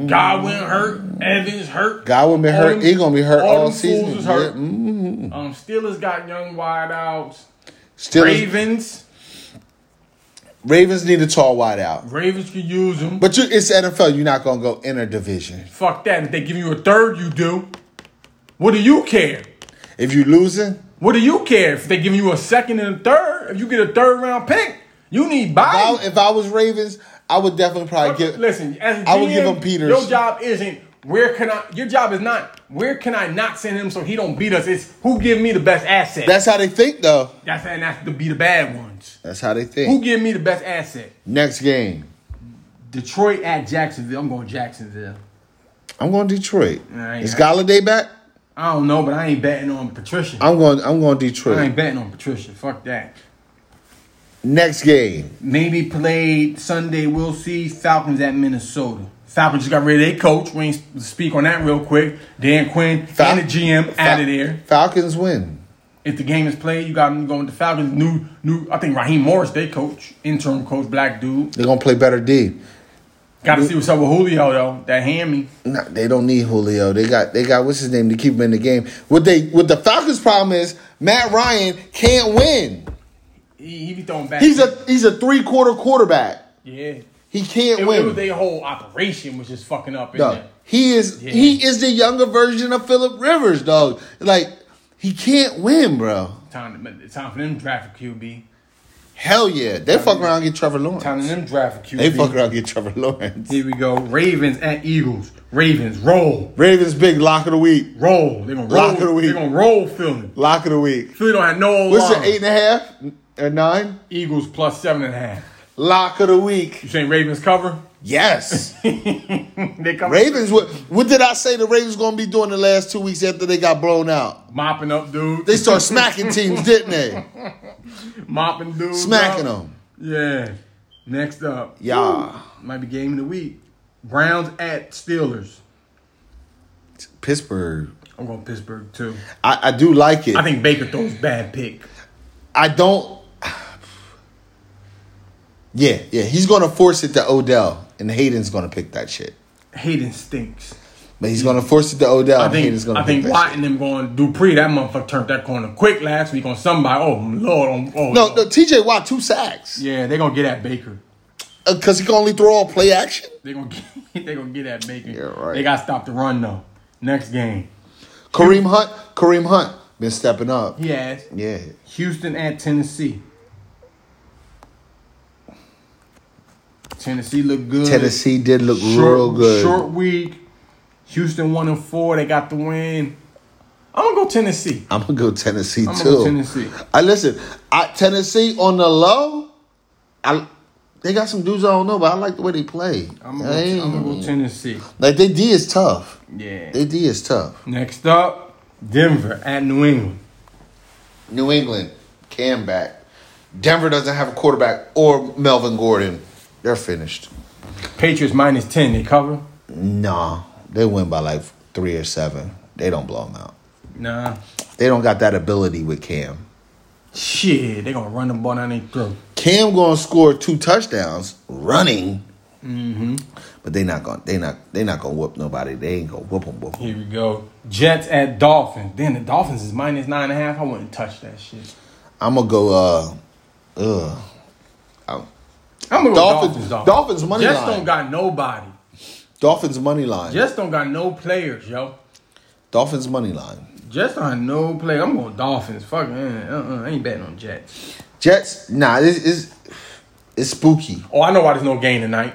Speaker 2: Godwin hurt. Evans hurt.
Speaker 1: Mm. Godwin been
Speaker 2: All
Speaker 1: hurt.
Speaker 2: them-
Speaker 1: He gonna be hurt all,
Speaker 2: them
Speaker 1: season.
Speaker 2: fools is
Speaker 1: Yeah,
Speaker 2: hurt.
Speaker 1: mm.
Speaker 2: Um, Steelers got young wideouts.
Speaker 1: Still,
Speaker 2: Ravens.
Speaker 1: Ravens need a tall wideout.
Speaker 2: Ravens could use them.
Speaker 1: But you, it's NFL. You're not gonna go inner division.
Speaker 2: Fuck that. If they give you a third, you do. What do you care?
Speaker 1: If you losing,
Speaker 2: What do you care if they give you a second and a third? If you get a third round pick, you need
Speaker 1: if
Speaker 2: buy.
Speaker 1: I, if I was Ravens, I would definitely probably give.
Speaker 2: Listen, as a GM,
Speaker 1: I would give him Peters.
Speaker 2: Your job isn't where can I. Your job is not where can I not send him so he don't beat us. It's who give me the best asset.
Speaker 1: That's how they think, though.
Speaker 2: That's and that's to be the bad ones.
Speaker 1: That's how they
Speaker 2: Who
Speaker 1: think.
Speaker 2: give me the best asset?
Speaker 1: Next game,
Speaker 2: Detroit at Jacksonville. I'm going Jacksonville.
Speaker 1: I'm going Detroit.
Speaker 2: Nah,
Speaker 1: Is
Speaker 2: yeah.
Speaker 1: Galladay back?
Speaker 2: I don't know, but I ain't betting on Patricia.
Speaker 1: I'm going. I'm going
Speaker 2: I
Speaker 1: Detroit.
Speaker 2: ain't betting on Patricia. Fuck that.
Speaker 1: Next game,
Speaker 2: Maybe played Sunday. We'll see. Falcons at Minnesota. Falcons just got rid of their coach. We ain't speak on that real quick. Dan Quinn
Speaker 1: Fal-
Speaker 2: and the GM
Speaker 1: Fal-
Speaker 2: out of there.
Speaker 1: Falcons win.
Speaker 2: If the game is played, you got them going to Falcons. New, new. I think Raheem Morris, they coach, interim coach, black dude.
Speaker 1: They're gonna play better D.
Speaker 2: Got to see what's up with Julio though. That hammy.
Speaker 1: Nah, they don't need Julio. They got they got what's his name to keep him in the game. What they what the Falcons' problem is Matt Ryan can't win.
Speaker 2: He, he be throwing back.
Speaker 1: He's a he's a three quarter quarterback.
Speaker 2: yeah.
Speaker 1: He can't
Speaker 2: It,
Speaker 1: win.
Speaker 2: it was their whole operation was just fucking up. In
Speaker 1: dog.
Speaker 2: there.
Speaker 1: He is
Speaker 2: Yeah.
Speaker 1: he is the younger version of Philip Rivers, dog. Like he can't win, bro.
Speaker 2: Time, to, it's time for them to draft a QB.
Speaker 1: Hell yeah, they fuck around and get Trevor Lawrence.
Speaker 2: Time for them to draft a QB.
Speaker 1: They fuck around and get Trevor Lawrence.
Speaker 2: Here we go. Ravens at Eagles. Ravens roll,
Speaker 1: Ravens big lock of the week.
Speaker 2: roll. They're gonna
Speaker 1: Lock of the
Speaker 2: roll.
Speaker 1: week.
Speaker 2: They're gonna roll Philly.
Speaker 1: Lock of the week.
Speaker 2: Philly don't have no old
Speaker 1: What's
Speaker 2: line.
Speaker 1: it? Eight and a half or nine?
Speaker 2: Eagles plus seven and a half.
Speaker 1: Lock of the week.
Speaker 2: You saying Ravens cover?
Speaker 1: Yes.
Speaker 2: They cover.
Speaker 1: Ravens. What what did I say? The Ravens gonna be doing the last two weeks after they got blown out?
Speaker 2: mopping up dude.
Speaker 1: They start smacking teams, didn't they?
Speaker 2: mopping dudes.
Speaker 1: Smacking
Speaker 2: up.
Speaker 1: them.
Speaker 2: Yeah. Next up.
Speaker 1: Yeah.
Speaker 2: Ooh, Might be game of the week. Browns at Steelers.
Speaker 1: Pittsburgh.
Speaker 2: I'm going Pittsburgh too.
Speaker 1: I, I do like it.
Speaker 2: I think Baker throws bad pick.
Speaker 1: I don't. Yeah, yeah, he's gonna force it to Odell, and Hayden's gonna pick that shit.
Speaker 2: Hayden stinks.
Speaker 1: But he's gonna force it to Odell,
Speaker 2: I
Speaker 1: and Hayden's
Speaker 2: think
Speaker 1: gonna
Speaker 2: I
Speaker 1: pick
Speaker 2: think
Speaker 1: that
Speaker 2: Watt
Speaker 1: shit.
Speaker 2: and them going Dupree. That motherfucker turned that corner quick last week on somebody. Oh lord, on oh
Speaker 1: No,
Speaker 2: Lord.
Speaker 1: no, T.J. Watt two sacks
Speaker 2: Yeah, they're gonna get at Baker.
Speaker 1: because he can only throw on play action.
Speaker 2: They're gonna get they're gonna get at Baker.
Speaker 1: Yeah, right.
Speaker 2: They gotta stop the run though. Next game.
Speaker 1: Kareem Hunt, Kareem Hunt been stepping up.
Speaker 2: He has
Speaker 1: Yeah,
Speaker 2: Houston at Tennessee. Tennessee look good.
Speaker 1: Tennessee did look
Speaker 2: short,
Speaker 1: real good.
Speaker 2: Short week. Houston one and four. They got the win. I'm gonna go Tennessee.
Speaker 1: I'm gonna go Tennessee
Speaker 2: gonna
Speaker 1: too.
Speaker 2: go Tennessee.
Speaker 1: I listen. I, Tennessee on the low. I they got some dudes I don't know, but I like the way they play.
Speaker 2: I'm gonna, go, I'm gonna go Tennessee.
Speaker 1: like their D is tough.
Speaker 2: Yeah.
Speaker 1: Their D is tough.
Speaker 2: Next up, Denver at New England.
Speaker 1: New England, Cam back. Denver doesn't have a quarterback or Melvin Gordon. They're finished.
Speaker 2: Patriots minus ten. They cover.
Speaker 1: Nah, they win by like three or seven. They don't blow them out.
Speaker 2: Nah.
Speaker 1: They don't got that ability with Cam.
Speaker 2: Shit, they gonna run the ball down their throat.
Speaker 1: Cam gonna score two touchdowns running. But they not gonna they not they not gonna whoop nobody. They ain't gonna whoop them. Whoop 'em.
Speaker 2: Here we go. Jets at Dolphins. Then the Dolphins is minus nine and a half. I wouldn't touch that shit.
Speaker 1: I'm gonna go. Uh, ugh.
Speaker 2: I'm
Speaker 1: Dolphins-
Speaker 2: gonna go Dolphins. Dolphins.
Speaker 1: Dolphins money
Speaker 2: Jets
Speaker 1: line.
Speaker 2: don't got nobody.
Speaker 1: Dolphins money line.
Speaker 2: Jets don't got no players, yo.
Speaker 1: Dolphins money line.
Speaker 2: Jets don't have no players. I'm going Dolphins. Fuck, uh, uh, I ain't betting on Jets.
Speaker 1: Jets. Nah, this is it's spooky.
Speaker 2: Oh, I know why there's no game tonight.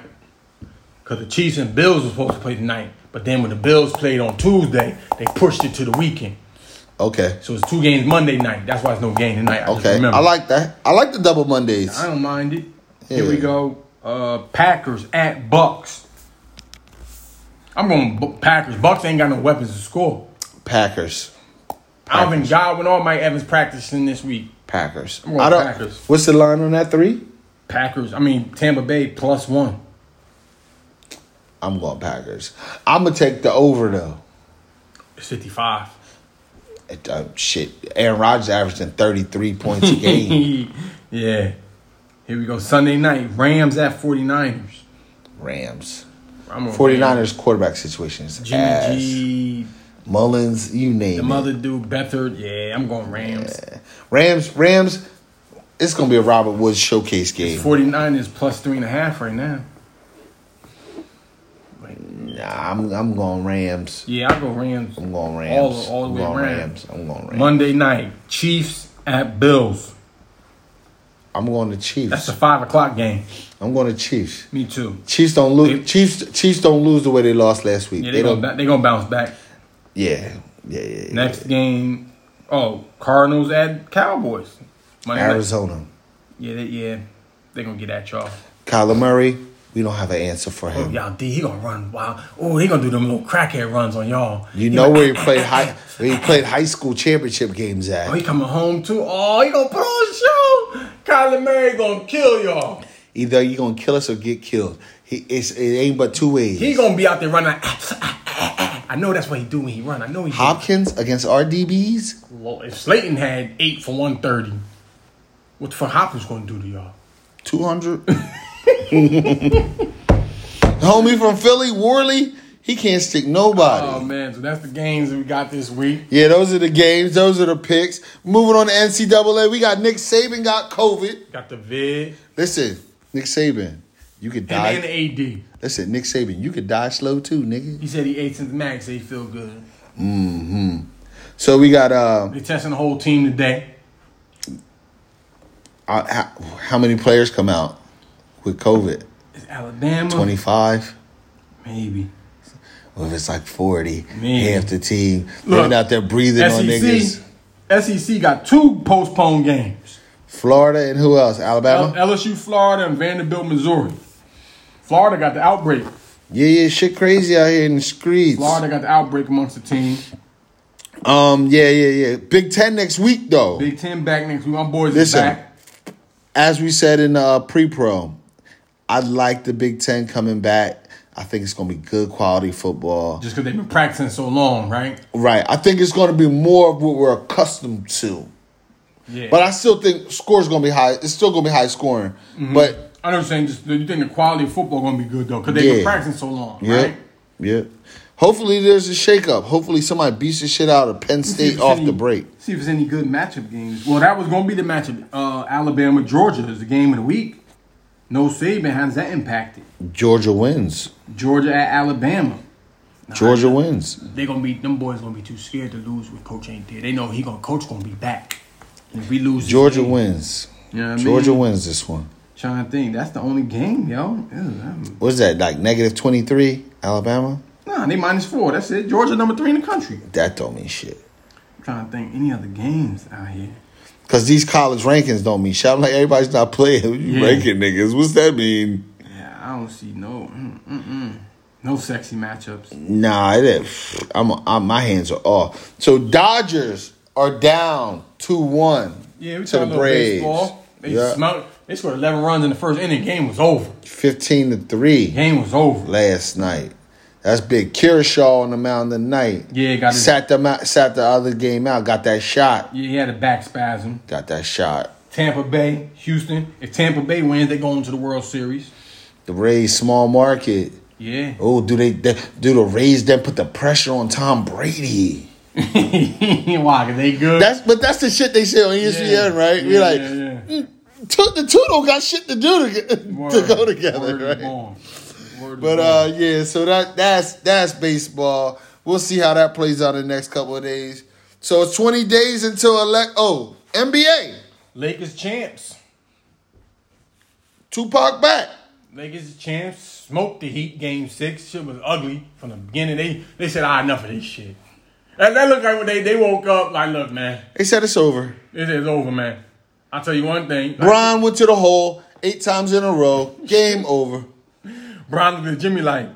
Speaker 2: Because the Chiefs and Bills were supposed to play tonight. But then when the Bills played on Tuesday, they pushed it to the weekend.
Speaker 1: Okay.
Speaker 2: So it's two games Monday night. That's why it's no game tonight. I Just
Speaker 1: Okay.
Speaker 2: remember.
Speaker 1: I like that. I like the double Mondays.
Speaker 2: I don't mind it. Here
Speaker 1: Yeah.
Speaker 2: we go. Uh, Packers at Bucks. I'm going Bu- Packers. Bucks ain't got no weapons to score.
Speaker 1: Packers.
Speaker 2: Alvin Godwin or Mike Evans practicing this week.
Speaker 1: Packers.
Speaker 2: going
Speaker 1: I don't.
Speaker 2: Packers.
Speaker 1: What's the line on that three?
Speaker 2: Packers. I mean Tampa Bay plus one.
Speaker 1: I'm going Packers. I'm gonna take the over though.
Speaker 2: It's 55.
Speaker 1: It, uh, shit, Aaron Rodgers averaging 33 points a game.
Speaker 2: yeah. Here we go. Sunday night. Rams at 49ers.
Speaker 1: Rams.
Speaker 2: I'm going
Speaker 1: 49ers quarterback situations.
Speaker 2: Jimmy
Speaker 1: ass.
Speaker 2: G.
Speaker 1: Mullins, you name
Speaker 2: The
Speaker 1: it.
Speaker 2: mother dude Bethard. Yeah, I'm going Rams.
Speaker 1: Rams, Rams, it's going to be a Robert Woods showcase game.
Speaker 2: 49ers plus three and a half right now.
Speaker 1: nah, I'm, I'm going Rams.
Speaker 2: Yeah, I go Rams.
Speaker 1: I'm going Rams.
Speaker 2: All, all the
Speaker 1: I'm
Speaker 2: way
Speaker 1: going
Speaker 2: Rams.
Speaker 1: I'm going Rams.
Speaker 2: Monday night, Chiefs at Bills.
Speaker 1: I'm going to
Speaker 2: That's
Speaker 1: Chiefs.
Speaker 2: a five o'clock game.
Speaker 1: I'm going to Chiefs.
Speaker 2: Me too.
Speaker 1: Chiefs don't lose.
Speaker 2: They-
Speaker 1: Chiefs, Chiefs don't lose the way they lost last week.
Speaker 2: Yeah,
Speaker 1: they,
Speaker 2: they,
Speaker 1: don't.
Speaker 2: gonna, ba- they gonna bounce back.
Speaker 1: yeah, yeah, yeah. yeah.
Speaker 2: Next game, oh Cardinals at Cowboys. Monday night.
Speaker 1: Arizona,
Speaker 2: Yeah, they, yeah, they gonna get at y'all.
Speaker 1: Kyler Murray. We don't have an answer for him.
Speaker 2: Y'all D, he gonna run wild. Oh, he gonna do them little crackhead runs on y'all.
Speaker 1: You know where he played high where he played high school championship games at.
Speaker 2: Oh, he coming home too. Oh, he gonna put on a show. Kyler Murray gonna kill y'all.
Speaker 1: Either you gonna kill us or get killed. He, it's, it ain't but two ways.
Speaker 2: He gonna be out there running. like, I know that's what he do when he run. I know he. do.
Speaker 1: Hopkins against RDBs.
Speaker 2: Well, if Slayton had eight for one thirty, what the fuck Hopkins gonna do to y'all?
Speaker 1: Two hundred. Homie from Philly, Worley, he can't stick nobody.
Speaker 2: Oh man, so that's the games that we got this week.
Speaker 1: yeah, those are the games. Those are the picks. Moving on to NCAA, we got Nick Saban got COVID.
Speaker 2: Got the vid
Speaker 1: Listen, Nick Saban, you could die.
Speaker 2: and, and the AD.
Speaker 1: Listen, Nick Saban, you could die slow too, nigga.
Speaker 2: He said he ate since max. They feel good.
Speaker 1: So we got uh,
Speaker 2: They testing the whole team today.
Speaker 1: uh, how, how many players come out with COVID?
Speaker 2: It's Alabama,
Speaker 1: 25?
Speaker 2: maybe.
Speaker 1: Well, if it's like 40,
Speaker 2: Man.
Speaker 1: half the team
Speaker 2: Look, E
Speaker 1: living out there breathing on niggas.
Speaker 2: SEC, SEC E got two postponed games.
Speaker 1: Florida and who else? Alabama?
Speaker 2: L- LSU, Florida, and Vanderbilt, Missouri. Florida got the outbreak.
Speaker 1: yeah, yeah, shit crazy out here in the streets.
Speaker 2: Florida got the outbreak amongst the team.
Speaker 1: Um, yeah, yeah, yeah. Big Ten next week, though.
Speaker 2: Big Ten back next week. My boys
Speaker 1: Listen.
Speaker 2: is back.
Speaker 1: As we said in uh, pre pro, I like the Big Ten coming back. I think it's going to be good quality football.
Speaker 2: Just because they've been practicing so long, right?
Speaker 1: Right. I think it's going to be more of what we're accustomed to.
Speaker 2: Yeah.
Speaker 1: But I still think score's going to be high. It's still going to be high scoring.
Speaker 2: Mm-hmm.
Speaker 1: But
Speaker 2: I know what you're saying. Just you think the quality of football gonna be good though, because they've
Speaker 1: Yeah.
Speaker 2: been practicing so long,
Speaker 1: Yeah.
Speaker 2: right?
Speaker 1: Yeah. Hopefully there's a shakeup. Hopefully somebody beats the shit out of Penn
Speaker 2: See if
Speaker 1: State
Speaker 2: it's
Speaker 1: off
Speaker 2: any-
Speaker 1: the break.
Speaker 2: See if it's any good matchup games. Well, that was gonna be the matchup. Uh, Alabama, Georgia is the game of the week. No Saban, how's that impacted?
Speaker 1: Georgia wins.
Speaker 2: Georgia at Alabama.
Speaker 1: Georgia wins.
Speaker 2: They gonna be them boys gonna be too scared to lose when coach ain't there. They know he gonna coach gonna be back. And if we lose, this
Speaker 1: Georgia
Speaker 2: game-
Speaker 1: wins.
Speaker 2: You know what I
Speaker 1: Georgia
Speaker 2: mean?
Speaker 1: wins this one.
Speaker 2: Trying to think, that's the only game, yo. Ew, I'm-
Speaker 1: What is that? Like negative 23 Alabama?
Speaker 2: nah, they minus four. That's it. Georgia number three in the country.
Speaker 1: That don't mean shit.
Speaker 2: trying to think any other games out here.
Speaker 1: Because these college rankings don't mean shit. I'm like, everybody's not playing. You
Speaker 2: Yeah.
Speaker 1: ranking niggas. What's that mean?
Speaker 2: Yeah, I don't see no mm, mm, mm, no sexy matchups.
Speaker 1: Nah, it is. I'm, I'm, my hands are off. So Dodgers are down 2 1
Speaker 2: Yeah, we
Speaker 1: to the
Speaker 2: talking about
Speaker 1: Braves.
Speaker 2: baseball. They
Speaker 1: Yeah.
Speaker 2: smoked. They scored eleven runs in the first inning. Game was over.
Speaker 1: 15 to 3
Speaker 2: Game was over.
Speaker 1: last night. That's big. Kershaw on the mound tonight.
Speaker 2: Yeah, got his-
Speaker 1: sat them out, sat the other game out. Got that shot.
Speaker 2: Yeah, he had a back spasm.
Speaker 1: Got that shot.
Speaker 2: Tampa Bay, Houston. If Tampa Bay wins, they going to the World Series.
Speaker 1: The Rays small market.
Speaker 2: Yeah.
Speaker 1: Oh, do they, they do the Rays then put the pressure on Tom Brady?
Speaker 2: Why? 'Cause they good.
Speaker 1: That's but that's the shit they say on E ESPN, right?
Speaker 2: Yeah,
Speaker 1: We're like,
Speaker 2: yeah, yeah.
Speaker 1: "Two- the two don't got shit to do to, get, to
Speaker 2: Word-
Speaker 1: go together,
Speaker 2: word is
Speaker 1: right?
Speaker 2: bond. Word is
Speaker 1: But
Speaker 2: bond.
Speaker 1: uh, yeah, so that that's that's baseball. We'll see how that plays out in the next couple of days. So it's twenty days until elect. Oh, NBA,
Speaker 2: Lakers champs.
Speaker 1: Tupac back.
Speaker 2: Lakers champs smoked the Heat game six. Shit was ugly from the beginning. They they said, ah, enough of this shit. And that looked like when they, they woke up, like, look, man,
Speaker 1: They said it's over.
Speaker 2: this is over, man. I'll tell you one thing. Like,
Speaker 1: Bron went to the hole eight times in a row. Game over.
Speaker 2: Bron looked at Jimmy like,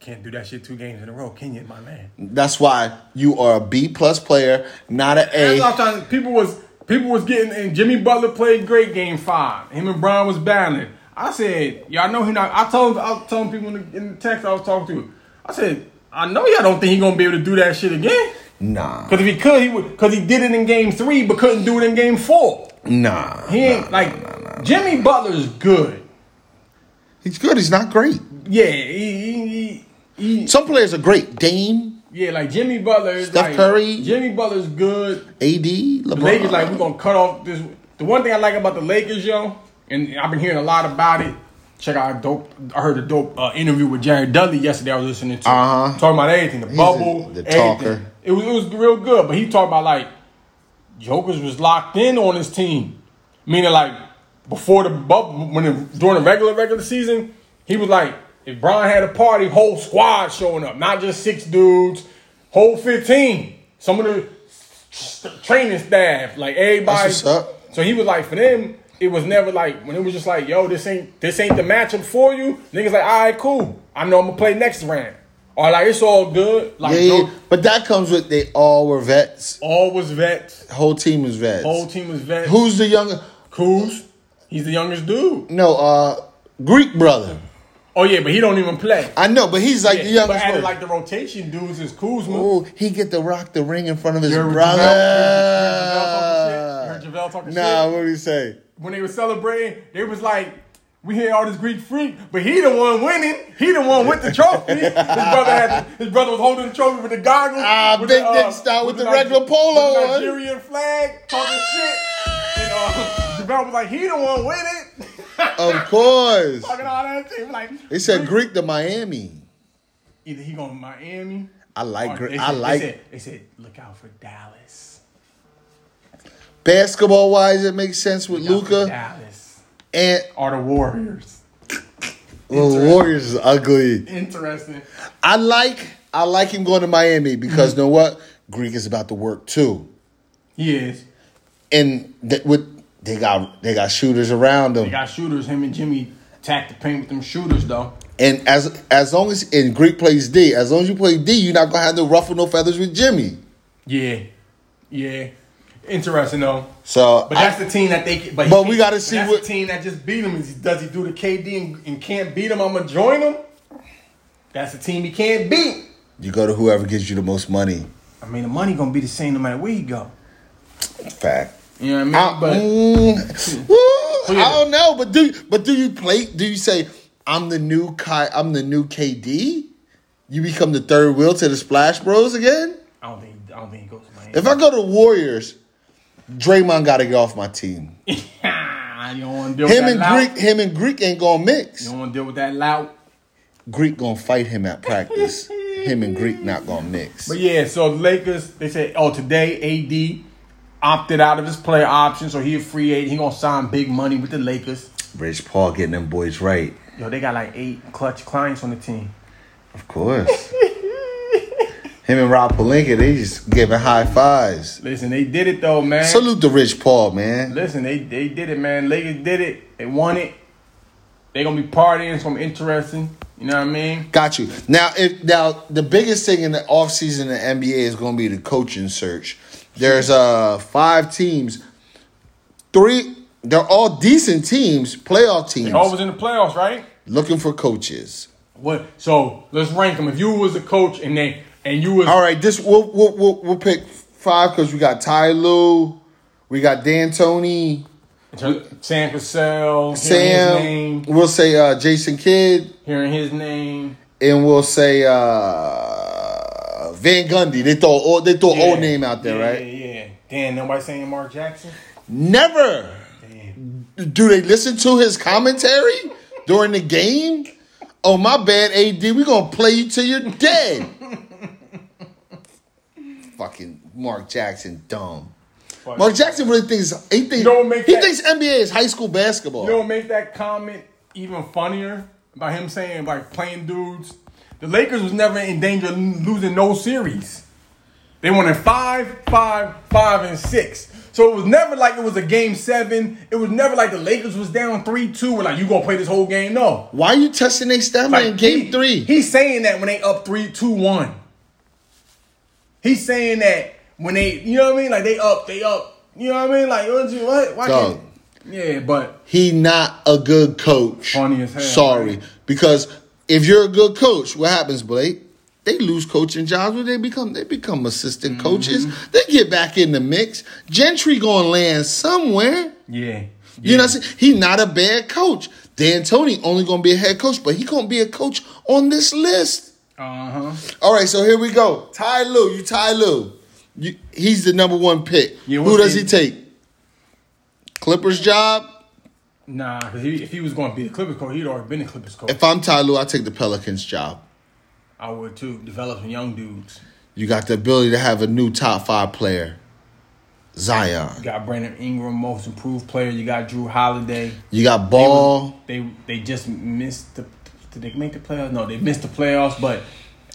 Speaker 2: can't do that shit two games in a row, can you, my man?
Speaker 1: That's why you are a B plus player, not an
Speaker 2: That's what I'm
Speaker 1: A.
Speaker 2: trying to- people was people was getting and Jimmy Butler played great game five. Him and Brown was battling. I said, y'all know he not. I told I was telling people in the, in the text I was talking to. I said, I know y'all don't think he gonna be able to do that shit again.
Speaker 1: Nah,
Speaker 2: Cause if he could, he would. Cause he did it in game three, but couldn't do it in game four.
Speaker 1: nah.
Speaker 2: He ain't like Jimmy Butler's good.
Speaker 1: He's good. He's not great.
Speaker 2: Yeah, he, he, he, he-
Speaker 1: Some players are great. Dame,
Speaker 2: yeah, like Jimmy Butler. is
Speaker 1: Steph
Speaker 2: like-
Speaker 1: Curry.
Speaker 2: Jimmy Butler's good.
Speaker 1: AD, LeBron.
Speaker 2: The Lakers, like, we're gonna cut off this. The one thing I like about the Lakers, yo, and I've been hearing a lot about it. Check out a dope. I heard a dope uh, interview with Jared Dudley yesterday. I was listening to
Speaker 1: Uh-huh.
Speaker 2: talking about everything, the bubble,
Speaker 1: the
Speaker 2: everything.
Speaker 1: talker.
Speaker 2: It was it was real good, but he talked about like Jokers was locked in on his team, meaning like before the bubble, when it, during the regular regular season, he was like, if Brian had a party, whole squad showing up, not just six dudes, whole fifteen. Some of the st- training staff, like everybody.
Speaker 1: That's what's up.
Speaker 2: So he was like, for them, it was never like when it was just like, yo, this ain't this ain't the matchup for you. Niggas like, all right, cool. I know I'm gonna play next round. Or like it's all good. Like
Speaker 1: yeah, yeah,
Speaker 2: no-
Speaker 1: but that comes with they all were vets.
Speaker 2: all was vets.
Speaker 1: Whole team is vets.
Speaker 2: Whole team was vets.
Speaker 1: Who's the young?
Speaker 2: Kuz? He's the youngest dude.
Speaker 1: No, uh, Greek brother.
Speaker 2: Oh yeah, but he don't even play.
Speaker 1: I know, but he's like
Speaker 2: Yeah,
Speaker 1: the
Speaker 2: but
Speaker 1: youngest.
Speaker 2: added
Speaker 1: one.
Speaker 2: like the rotation dudes is Kuzma.
Speaker 1: Oh, he get to rock the ring in front of his
Speaker 2: heard
Speaker 1: brother.
Speaker 2: Javale- you heard Javale talking shit? You heard Javale talking
Speaker 1: Uh, nah,
Speaker 2: shit?
Speaker 1: what did he say?
Speaker 2: When they were celebrating, they was like, "We hear all this Greek freak, but he the one winning. He the one with the trophy. his brother had his brother was holding the trophy with the goggles.
Speaker 1: Ah,
Speaker 2: with
Speaker 1: Big Dick style with the regular
Speaker 2: Nige-
Speaker 1: polo
Speaker 2: with the
Speaker 1: on.
Speaker 2: Nigerian flag talking shit. And uh, Javale was like, "He the one winning."
Speaker 1: Of course,
Speaker 2: talking all that shit. Like
Speaker 1: they said Greek to Miami.
Speaker 2: either he going to Miami.
Speaker 1: I like
Speaker 2: or
Speaker 1: Greek.
Speaker 2: they
Speaker 1: I
Speaker 2: said-
Speaker 1: like
Speaker 2: They said, they said, look out for Dallas.
Speaker 1: basketball wise. It makes sense with
Speaker 2: Look out for
Speaker 1: Luca
Speaker 2: Dallas.
Speaker 1: and
Speaker 2: Are the Warriors
Speaker 1: the Warriors is ugly.
Speaker 2: interesting?
Speaker 1: I like I like him going to Miami
Speaker 2: Mm-hmm.
Speaker 1: because you know what? Greek is about to work too,
Speaker 2: He is.
Speaker 1: and th- with they got they got shooters around them.
Speaker 2: They got shooters. Him and Jimmy tack the paint with them shooters though.
Speaker 1: And as as long as in Greek plays D, as long as you play D, you're not gonna have no ruffle no feathers with Jimmy.
Speaker 2: Yeah, yeah. Interesting though.
Speaker 1: So
Speaker 2: But that's the team that they. But, he-
Speaker 1: But we gotta see
Speaker 2: that's
Speaker 1: what-
Speaker 2: the team that just beat him. Is he- does he do the KD and, and can't beat him? I'm gonna join him. That's the team he can't beat.
Speaker 1: I, you go to whoever gives you the most money.
Speaker 2: I mean, the money gonna be the same no matter where he go.
Speaker 1: Fact.
Speaker 2: You know what I mean?
Speaker 1: I,
Speaker 2: but Oh,
Speaker 1: mm, woo, I don't know, but do but do you play? Do you say I'm the new Kai? I'm the new KD. You become the third wheel to the Splash Bros again.
Speaker 2: I don't think I don't think he goes to Miami.
Speaker 1: If I go to Warriors, Draymond got to get off my team.
Speaker 2: you don't want to deal
Speaker 1: Him
Speaker 2: with that
Speaker 1: and
Speaker 2: loud.
Speaker 1: Greek, him and Greek ain't gonna mix.
Speaker 2: You don't want to deal with that loud.
Speaker 1: Greek gonna fight him at practice. him and Greek not gonna mix.
Speaker 2: But yeah, so the Lakers, they said, oh, today AD opted out of his player option, so he a free agent. He gonna sign big money with the Lakers.
Speaker 1: Rich Paul getting them boys right,
Speaker 2: Yo, they got like eight clutch clients on the team.
Speaker 1: of course. Him and Rob Palinka, they just giving high fives.
Speaker 2: Listen, they did it though, man.
Speaker 1: Salute to Rich Paul, man.
Speaker 2: Listen, they they did it, man. Lakers did it. They won it. They gonna be partying. It's gonna be interesting. You know what I mean?
Speaker 1: Got you. Now, if now the biggest thing in the offseason in the NBA is going to be the coaching search. There's uh five teams, three. They're all decent teams, playoff teams,
Speaker 2: Always in the playoffs, right?
Speaker 1: looking for coaches.
Speaker 2: What? So let's rank them. If you was a coach and they and you was
Speaker 1: All right, this we'll we'll we'll, we'll pick five because we got Ty Lue, we got Dan Tony,
Speaker 2: Sam Cassell, hearing his
Speaker 1: Sam.
Speaker 2: name,
Speaker 1: We'll say uh, Jason Kidd,
Speaker 2: hearing his name,
Speaker 1: and we'll say uh, Van Gundy. They throw all they throw old
Speaker 2: Yeah.
Speaker 1: name out there,
Speaker 2: Yeah,
Speaker 1: right?
Speaker 2: Yeah, yeah. Damn, nobody saying Mark Jackson.
Speaker 1: Never
Speaker 2: Damn.
Speaker 1: do they listen to his commentary during the game. Oh my bad, AD. We gonna play you till you're dead. Fucking Mark Jackson, dumb.
Speaker 2: Fuck.
Speaker 1: Mark Jackson really thinks he thinks
Speaker 2: know what makes
Speaker 1: he
Speaker 2: that-
Speaker 1: thinks NBA is high school basketball.
Speaker 2: You know what makes that comment even funnier about him saying like playing dudes? The Lakers was never in danger of losing no series. They won in five, five, five, and six. So it was never like it was a game seven. It was never like the Lakers was down three two. We're like, you gonna play this whole game? No.
Speaker 1: Why are you testing their stamina
Speaker 2: Like,
Speaker 1: in game
Speaker 2: he-
Speaker 1: three?
Speaker 2: He's saying that when they up three, two, one. He's saying that when they, you know what I mean? Like they up, they up. You know what I mean? Like what? what? Why
Speaker 1: Dog.
Speaker 2: can't? Yeah, but
Speaker 1: he not a good coach.
Speaker 2: Funny as hell,
Speaker 1: Sorry,
Speaker 2: right?
Speaker 1: because if you're a good coach, what happens, Blake? They lose coaching jobs, where they become they become assistant
Speaker 2: Mm-hmm.
Speaker 1: coaches. They get back in the mix. Gentry gonna land somewhere.
Speaker 2: yeah,
Speaker 1: You know, what I'm saying? he not a bad coach. Dan Tony only gonna be a head coach, but he gonna be a coach on this list.
Speaker 2: Uh huh.
Speaker 1: All right, so here we go. Ty Lue, you Ty Lue, you, he's the number one pick.
Speaker 2: Yeah,
Speaker 1: Who
Speaker 2: what's
Speaker 1: does
Speaker 2: the-
Speaker 1: he take? Clippers job.
Speaker 2: Nah, because he, if he was going to be a Clippers coach, he'd already been a Clippers coach.
Speaker 1: If I'm Ty Lue, I take the Pelicans job.
Speaker 2: I would too. Developing young dudes.
Speaker 1: You got the ability to have a new top five player,
Speaker 2: You
Speaker 1: Zion.
Speaker 2: got Brandon Ingram, most improved player. You got Drew Holiday.
Speaker 1: You got
Speaker 2: They were-
Speaker 1: Ball.
Speaker 2: They they just missed the. Did they make the playoffs? No, they missed the playoffs. But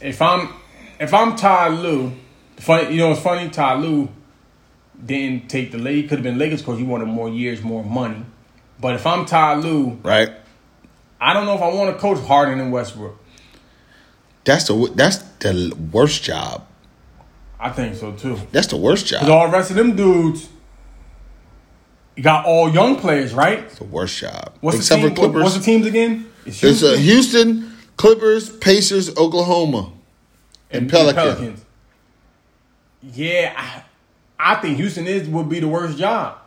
Speaker 2: if I'm if I'm Ty Lue, funny you know it's funny Ty Lue didn't take the lead. Could have been Lakers coach. He wanted more years, more money. But if I'm Ty Lue,
Speaker 1: Right.
Speaker 2: I don't know if I want to coach Harden and Westbrook.
Speaker 1: That's the wo- that's the l- worst job.
Speaker 2: I think so too.
Speaker 1: That's the worst
Speaker 2: But
Speaker 1: job.
Speaker 2: all the rest of them dudes, you got all young players, right?
Speaker 1: The worst job.
Speaker 2: What's
Speaker 1: Except
Speaker 2: the
Speaker 1: for
Speaker 2: team? what-
Speaker 1: Clippers.
Speaker 2: What's the teams again?
Speaker 1: it's uh,
Speaker 2: Houston
Speaker 1: Houston, Clippers, Pacers, Oklahoma.
Speaker 2: and
Speaker 1: Pelican.
Speaker 2: Yeah, I, I think Houston is would be the worst job.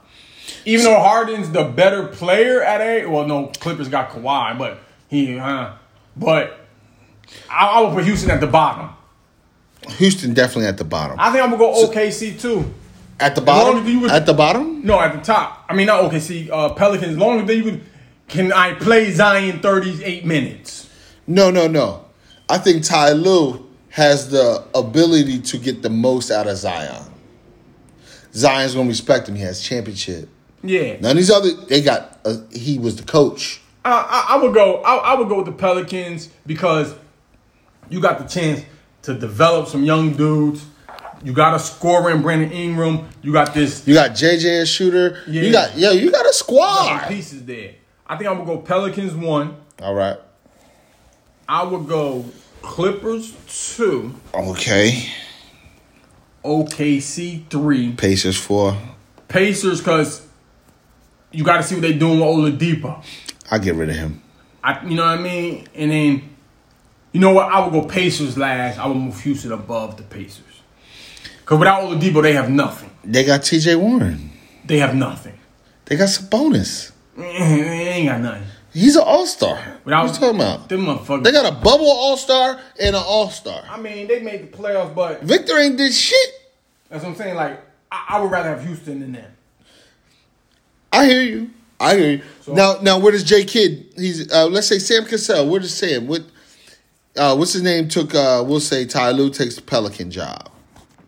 Speaker 2: Even though Harden's the better player at a well, no Clippers got Kawhi, but he huh. But I, I would put Houston at the bottom.
Speaker 1: Houston definitely at the bottom.
Speaker 2: I think I'm gonna go OKC too.
Speaker 1: At the
Speaker 2: long
Speaker 1: bottom.
Speaker 2: as you was-
Speaker 1: at the bottom.
Speaker 2: No, at the top. I mean, not OKC. Uh, Pelicans. Long as they can, can I play Zion 38 minutes?
Speaker 1: No, no, no. I think Ty Lue has the ability to get the most out of Zion. Zion's gonna respect him. He has championship.
Speaker 2: Yeah.
Speaker 1: None of these other they got. Uh, he was the coach.
Speaker 2: I, I, I would go. I, I would go with the Pelicans because you got the chance to develop some young dudes. You got a scorer in Brandon Ingram. You got this
Speaker 1: You got JJ a shooter. You
Speaker 2: Yeah.
Speaker 1: got yo. You got a
Speaker 2: some
Speaker 1: squad.
Speaker 2: pieces there. I think I would go Pelicans one.
Speaker 1: All right.
Speaker 2: I would go Clippers two.
Speaker 1: Okay.
Speaker 2: OKC three.
Speaker 1: Pacers four.
Speaker 2: Pacers because you got to see what they doing with Oladipo.
Speaker 1: I get rid of him.
Speaker 2: I, you know what I mean? And then, you know what? I would go Pacers last. I would move Houston above the Pacers. Because without Oladipo, they have nothing.
Speaker 1: They got T.J. Warren.
Speaker 2: They have nothing.
Speaker 1: They got Sabonis.
Speaker 2: they ain't got nothing.
Speaker 1: He's an all star. What
Speaker 2: Without
Speaker 1: are you talking about?
Speaker 2: Them motherfuckers.
Speaker 1: They got a bubble all star and an all star.
Speaker 2: I mean, they made the playoffs, but
Speaker 1: Victor ain't did shit.
Speaker 2: that's what I'm saying. Like, I, I would rather have Houston than them.
Speaker 1: I hear you. I hear you. now, now, where does J Kidd? He's uh, let's say Sam Cassell. Where does Sam? What? Uh, what's his name? Took uh, we'll say Ty Lue takes the Pelican job.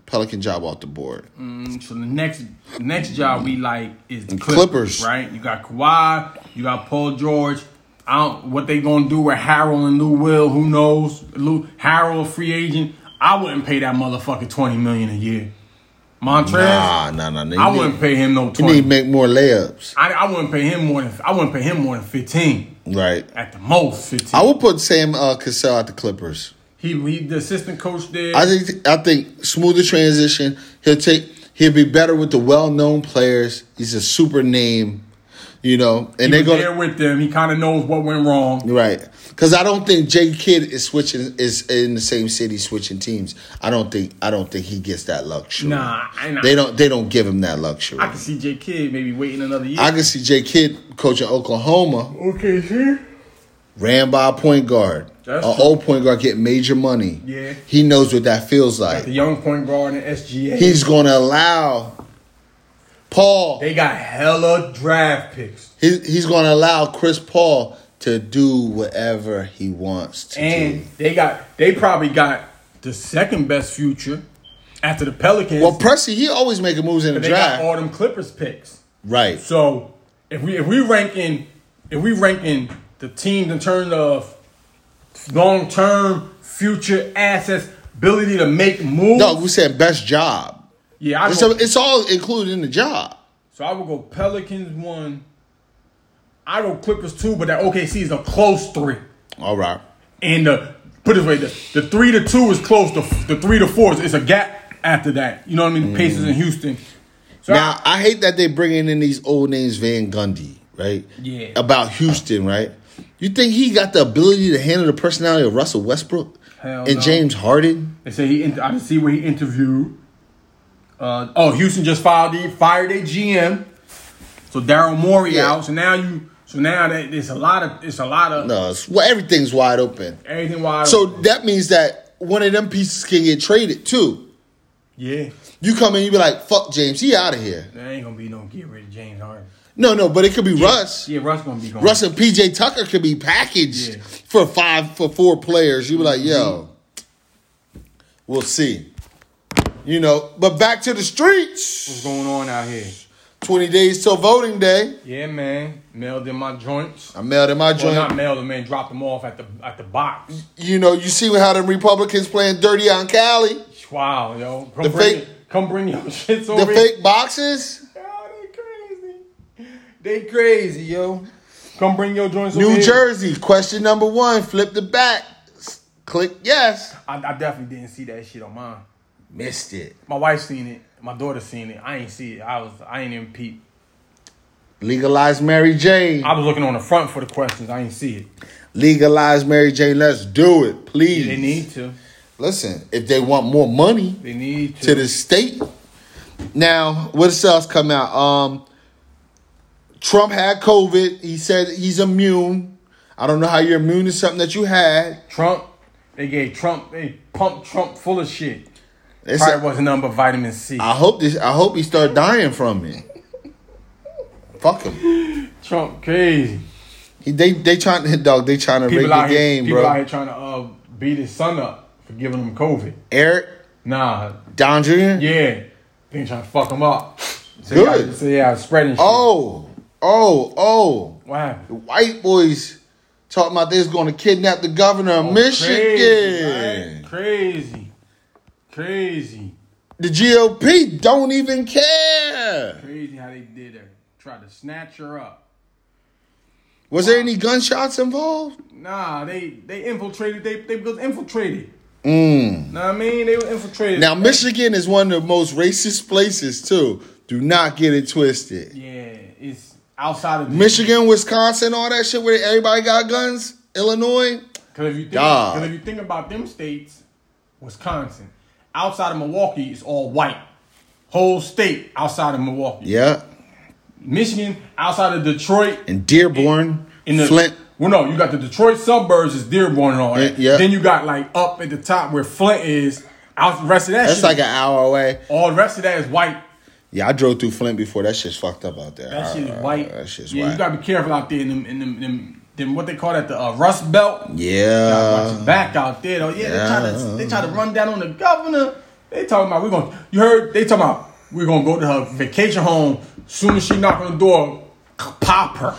Speaker 1: Pelican job off the board.
Speaker 2: Mm, So the next next job we like is the
Speaker 1: Clippers.
Speaker 2: Clippers, right? You got Kawhi, you got Paul George. I don't what they gonna do with Harold and Lou Will. Who knows? Lou Harold a free agent. I wouldn't pay that motherfucker twenty million a year. Montrez,
Speaker 1: Nah, nah, nah. nah. You
Speaker 2: I
Speaker 1: need-
Speaker 2: wouldn't pay him no
Speaker 1: You
Speaker 2: twenty.
Speaker 1: need to make more layups,
Speaker 2: I, I wouldn't pay him more than I wouldn't pay him more than fifteen
Speaker 1: right?
Speaker 2: at the most. Fifteen.
Speaker 1: I would put Sam uh, Cassell at the Clippers.
Speaker 2: he, he the assistant coach there.
Speaker 1: I think I think smoother transition. He'll take. He'll be better with the well-known players. He's a super name, you know, and
Speaker 2: he
Speaker 1: they're
Speaker 2: was
Speaker 1: gonna
Speaker 2: there with them. He kind of knows what went wrong.
Speaker 1: right because I don't think Jay Kidd is switching is in the same city switching teams. I don't think I don't think he gets that luxury.
Speaker 2: Nah, and I,
Speaker 1: they don't they don't give him that luxury.
Speaker 2: I can see J. Kidd maybe waiting another year.
Speaker 1: I can see Jay Kidd coaching Oklahoma,
Speaker 2: okay, see.
Speaker 1: ran by a point guard.
Speaker 2: That's
Speaker 1: an
Speaker 2: true.
Speaker 1: old point guard get major money.
Speaker 2: Yeah.
Speaker 1: He knows what that feels like.
Speaker 2: The young point guard and SGA.
Speaker 1: He's going to allow Paul.
Speaker 2: they got hella draft picks.
Speaker 1: He, he's going to allow Chris Paul to do whatever he wants to
Speaker 2: And
Speaker 1: do.
Speaker 2: they got they probably got the second best future after the Pelicans.
Speaker 1: Well, Pressy, he always making moves in the
Speaker 2: they got
Speaker 1: draft,
Speaker 2: all them Clippers picks.
Speaker 1: right?
Speaker 2: So if we if we ranking if we ranking the teams in terms of long term future assets, ability to make moves.
Speaker 1: No, we said best job.
Speaker 2: yeah, I
Speaker 1: It's,
Speaker 2: go,
Speaker 1: a- it's all included in the job.
Speaker 2: so I would go Pelicans one. I go Clippers two, but that OKC is a close three.
Speaker 1: All right.
Speaker 2: And the put it this way, the, the three to two is close. The the three to four is it's a gap after that. You know what I mean? The Pacers
Speaker 1: Mm.
Speaker 2: in Houston. So
Speaker 1: Now I hate that they bringing in these old names, Van Gundy, right?
Speaker 2: Yeah.
Speaker 1: About Houston, right? You think he got the ability to handle the personality of Russell Westbrook
Speaker 2: Hell
Speaker 1: and
Speaker 2: no.
Speaker 1: James Harden?
Speaker 2: They say he. I didn't see where he interviewed. Uh, oh, Houston just filed the fired their GM, so Daryl Morey
Speaker 1: Yeah.
Speaker 2: out. So now you. So now that it's a lot of it's a lot of
Speaker 1: No, it's, well everything's wide open.
Speaker 2: everything wide.
Speaker 1: So
Speaker 2: open.
Speaker 1: that means that one of them pieces can get traded too.
Speaker 2: yeah,
Speaker 1: You come in, you be like, "Fuck James, he out of here."
Speaker 2: there ain't gonna be no get rid of James Harden.
Speaker 1: No, no, but it could be Russ.
Speaker 2: Yeah, Russ gonna be gone.
Speaker 1: Russ and PJ Tucker could be packaged
Speaker 2: Yeah.
Speaker 1: for five for four players. You be like, yo,
Speaker 2: Mm-hmm.
Speaker 1: we'll see. You know, but back to the
Speaker 2: What's
Speaker 1: streets.
Speaker 2: going on out here?
Speaker 1: Twenty days till voting day.
Speaker 2: Yeah, man. Mailed in my joints.
Speaker 1: I mailed in my
Speaker 2: Well, not
Speaker 1: joint.
Speaker 2: mailed them, man. Dropped them off at the at the box.
Speaker 1: You know, you see how them Republicans playing dirty on Cali.
Speaker 2: Wow, yo. Come
Speaker 1: The
Speaker 2: bring,
Speaker 1: fake-
Speaker 2: come bring your shits
Speaker 1: The
Speaker 2: over. here.
Speaker 1: fake boxes.
Speaker 2: Oh, they crazy. They crazy, yo. Come bring your joints. over
Speaker 1: New
Speaker 2: here.
Speaker 1: Jersey. Question number one. Flip the back. S- Click yes.
Speaker 2: I, I definitely didn't see that shit on mine.
Speaker 1: Missed it.
Speaker 2: My wife seen it. My daughter seen it. I ain't see it. I was. I ain't even peep.
Speaker 1: Legalize Mary Jane.
Speaker 2: I was looking on the front for the questions. I ain't see it.
Speaker 1: Legalize Mary Jane. Let's do it, please.
Speaker 2: They need to.
Speaker 1: Listen, if they want more money
Speaker 2: They need to.
Speaker 1: to the state. Now, what else come out? Um, Trump had COVID. He said he's immune. I don't know how you're immune to something that you had.
Speaker 2: Trump. They gave Trump. They pumped Trump full of shit.
Speaker 1: They said-
Speaker 2: Probably wasn't nothing but vitamin C.
Speaker 1: I hope this. I hope he start dying from it. Fuck him.
Speaker 2: Trump crazy.
Speaker 1: He, they they trying to dog. They trying to
Speaker 2: People
Speaker 1: rake
Speaker 2: out
Speaker 1: the
Speaker 2: here.
Speaker 1: game,
Speaker 2: people
Speaker 1: bro.
Speaker 2: out here trying to uh, beat his son up for giving him COVID.
Speaker 1: Eric
Speaker 2: Nah.
Speaker 1: Dondrian.
Speaker 2: Yeah. They trying to fuck him up. So
Speaker 1: Good.
Speaker 2: Yeah, so yeah, spreading. Shit.
Speaker 1: Oh, oh, oh.
Speaker 2: What happened?
Speaker 1: White boys talking about they's going to kidnap the governor of Michigan.
Speaker 2: Oh, Crazy, right? crazy, crazy,
Speaker 1: The GOP don't even care.
Speaker 2: crazy how they did her. Tried to snatch her up.
Speaker 1: Was there any gunshots involved?
Speaker 2: Nah, they they infiltrated. They they was infiltrated. Mm. Know what I mean? They were infiltrated.
Speaker 1: Now, Michigan is one of the most racist places, too. Do not get it twisted.
Speaker 2: yeah, it's outside of the-
Speaker 1: Michigan, Wisconsin, all that shit where everybody got guns. Illinois,
Speaker 2: Cause if you think,
Speaker 1: God.
Speaker 2: cause if you think about them states, Wisconsin, outside of Milwaukee, it's all white. Whole state outside of Milwaukee.
Speaker 1: yeah,
Speaker 2: Michigan, outside of Detroit,
Speaker 1: and Dearborn,
Speaker 2: in the
Speaker 1: Flint.
Speaker 2: Well, no, you got the Detroit suburbs is Dearborn and all that.
Speaker 1: Yeah, yeah.
Speaker 2: Then you got like up at the top where Flint is. Out the rest of that.
Speaker 1: That's
Speaker 2: shit,
Speaker 1: like an hour away.
Speaker 2: all the rest of that is white.
Speaker 1: Yeah, I drove through Flint before. That shit's fucked up out there.
Speaker 2: That shit
Speaker 1: Uh,
Speaker 2: is white.
Speaker 1: That shit's
Speaker 2: yeah,
Speaker 1: white.
Speaker 2: you gotta be careful out there in them in them, them, them what they call that the uh, Rust Belt. Watch your
Speaker 1: yeah.
Speaker 2: back out there though. Yeah, they try to they try to run down on the governor. They talking about we're gonna you heard they talking about we're gonna go to her vacation home. Soon as she knock on the door, pop her.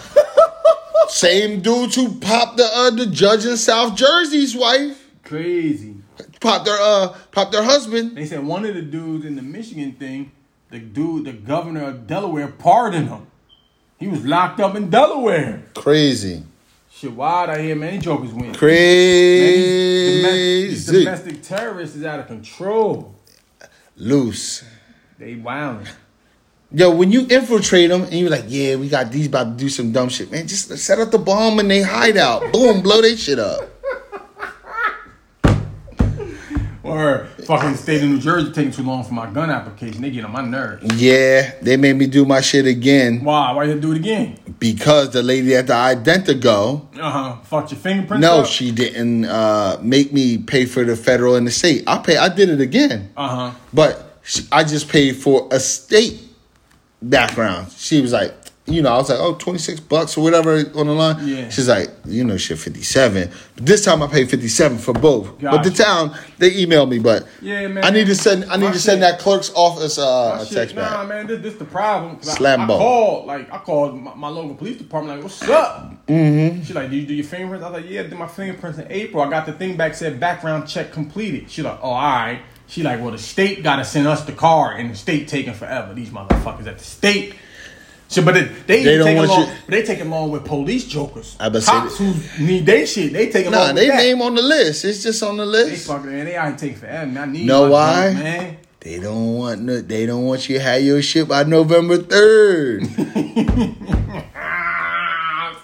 Speaker 1: Same dudes who popped the uh, the judge in South Jersey's wife.
Speaker 2: Crazy.
Speaker 1: popped her uh popped her husband.
Speaker 2: They said one of the dudes in the Michigan thing, the dude, the governor of Delaware, pardoned him. He was locked up in Delaware.
Speaker 1: Crazy.
Speaker 2: Shit, wild out here, man. These jokers win.
Speaker 1: Crazy.
Speaker 2: These domestic terrorists is out of control.
Speaker 1: Loose.
Speaker 2: They wilding.
Speaker 1: Yo, when you infiltrate them and you're like, yeah, we got these about to do some dumb shit, man, just set up the bomb and they hide out. Boom, blow they shit up.
Speaker 2: Or fucking state of New Jersey taking too long for my gun application. They get on my nerves.
Speaker 1: Yeah, they made me do my shit again
Speaker 2: Why? Why you do it again?
Speaker 1: because the lady at the Identigo,
Speaker 2: Uh huh. Fuck your fingerprints.
Speaker 1: no,
Speaker 2: up?
Speaker 1: she didn't uh, make me pay for the federal and the state. I pay, I did it again,
Speaker 2: Uh huh.
Speaker 1: but she, I just paid for a state background. She was like, you know, I was like, oh, 26 bucks or whatever on the line.
Speaker 2: Yeah.
Speaker 1: She's like, you know, shit, 57. But this time I paid 57 for both. But the
Speaker 2: Gotcha.
Speaker 1: town, they emailed me, but
Speaker 2: Yeah, man.
Speaker 1: I need to send, I need
Speaker 2: My
Speaker 1: to send
Speaker 2: shit.
Speaker 1: that clerk's office uh, a
Speaker 2: Shit,
Speaker 1: text back.
Speaker 2: Nah, man, this this the problem. 'Cause I- I,
Speaker 1: Slambo.
Speaker 2: called, like, I called my, my local police department, like, what's up? Mm-hmm. She like, do you do your fingerprints? I was like, yeah, I did my fingerprints in April. I got the thing back, said background check completed. She like, oh, all right. She like, well, the state gotta send us the car, and the state taking forever. These motherfuckers at the state. So, but it, they,
Speaker 1: They don't
Speaker 2: take
Speaker 1: want
Speaker 2: along,
Speaker 1: you-
Speaker 2: but they take along with police jokers.
Speaker 1: I bet
Speaker 2: Cops
Speaker 1: say
Speaker 2: who need they shit, they take along
Speaker 1: Nah,
Speaker 2: with
Speaker 1: they
Speaker 2: that.
Speaker 1: name on the list. It's just on the
Speaker 2: They
Speaker 1: list.
Speaker 2: fucking man, they out here taking forever. Man, I need
Speaker 1: Know
Speaker 2: my
Speaker 1: why?
Speaker 2: drink, man.
Speaker 1: They don't want no, they don't want you to have your shit by November third.
Speaker 2: but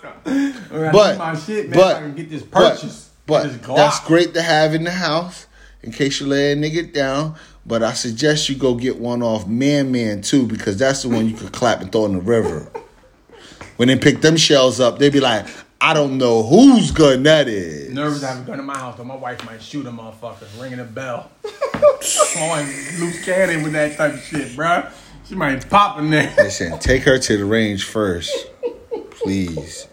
Speaker 1: but
Speaker 2: my shit, man,
Speaker 1: but
Speaker 2: so I can get this
Speaker 1: but-
Speaker 2: purchase.
Speaker 1: But,
Speaker 2: this Glock.
Speaker 1: that's great to have in the house in case you lay a nigga down. But I suggest you go get one off Man Man too because that's the one you could clap and throw in the river. When they pick them shells up, they be like, I don't know whose gun that is.
Speaker 2: Nervous to have a gun in my house, though. My wife might shoot a motherfucker, ringing a bell. my wife loose cannon with that type of shit, bruh. She might pop in there.
Speaker 1: Listen, take her to the range first, please.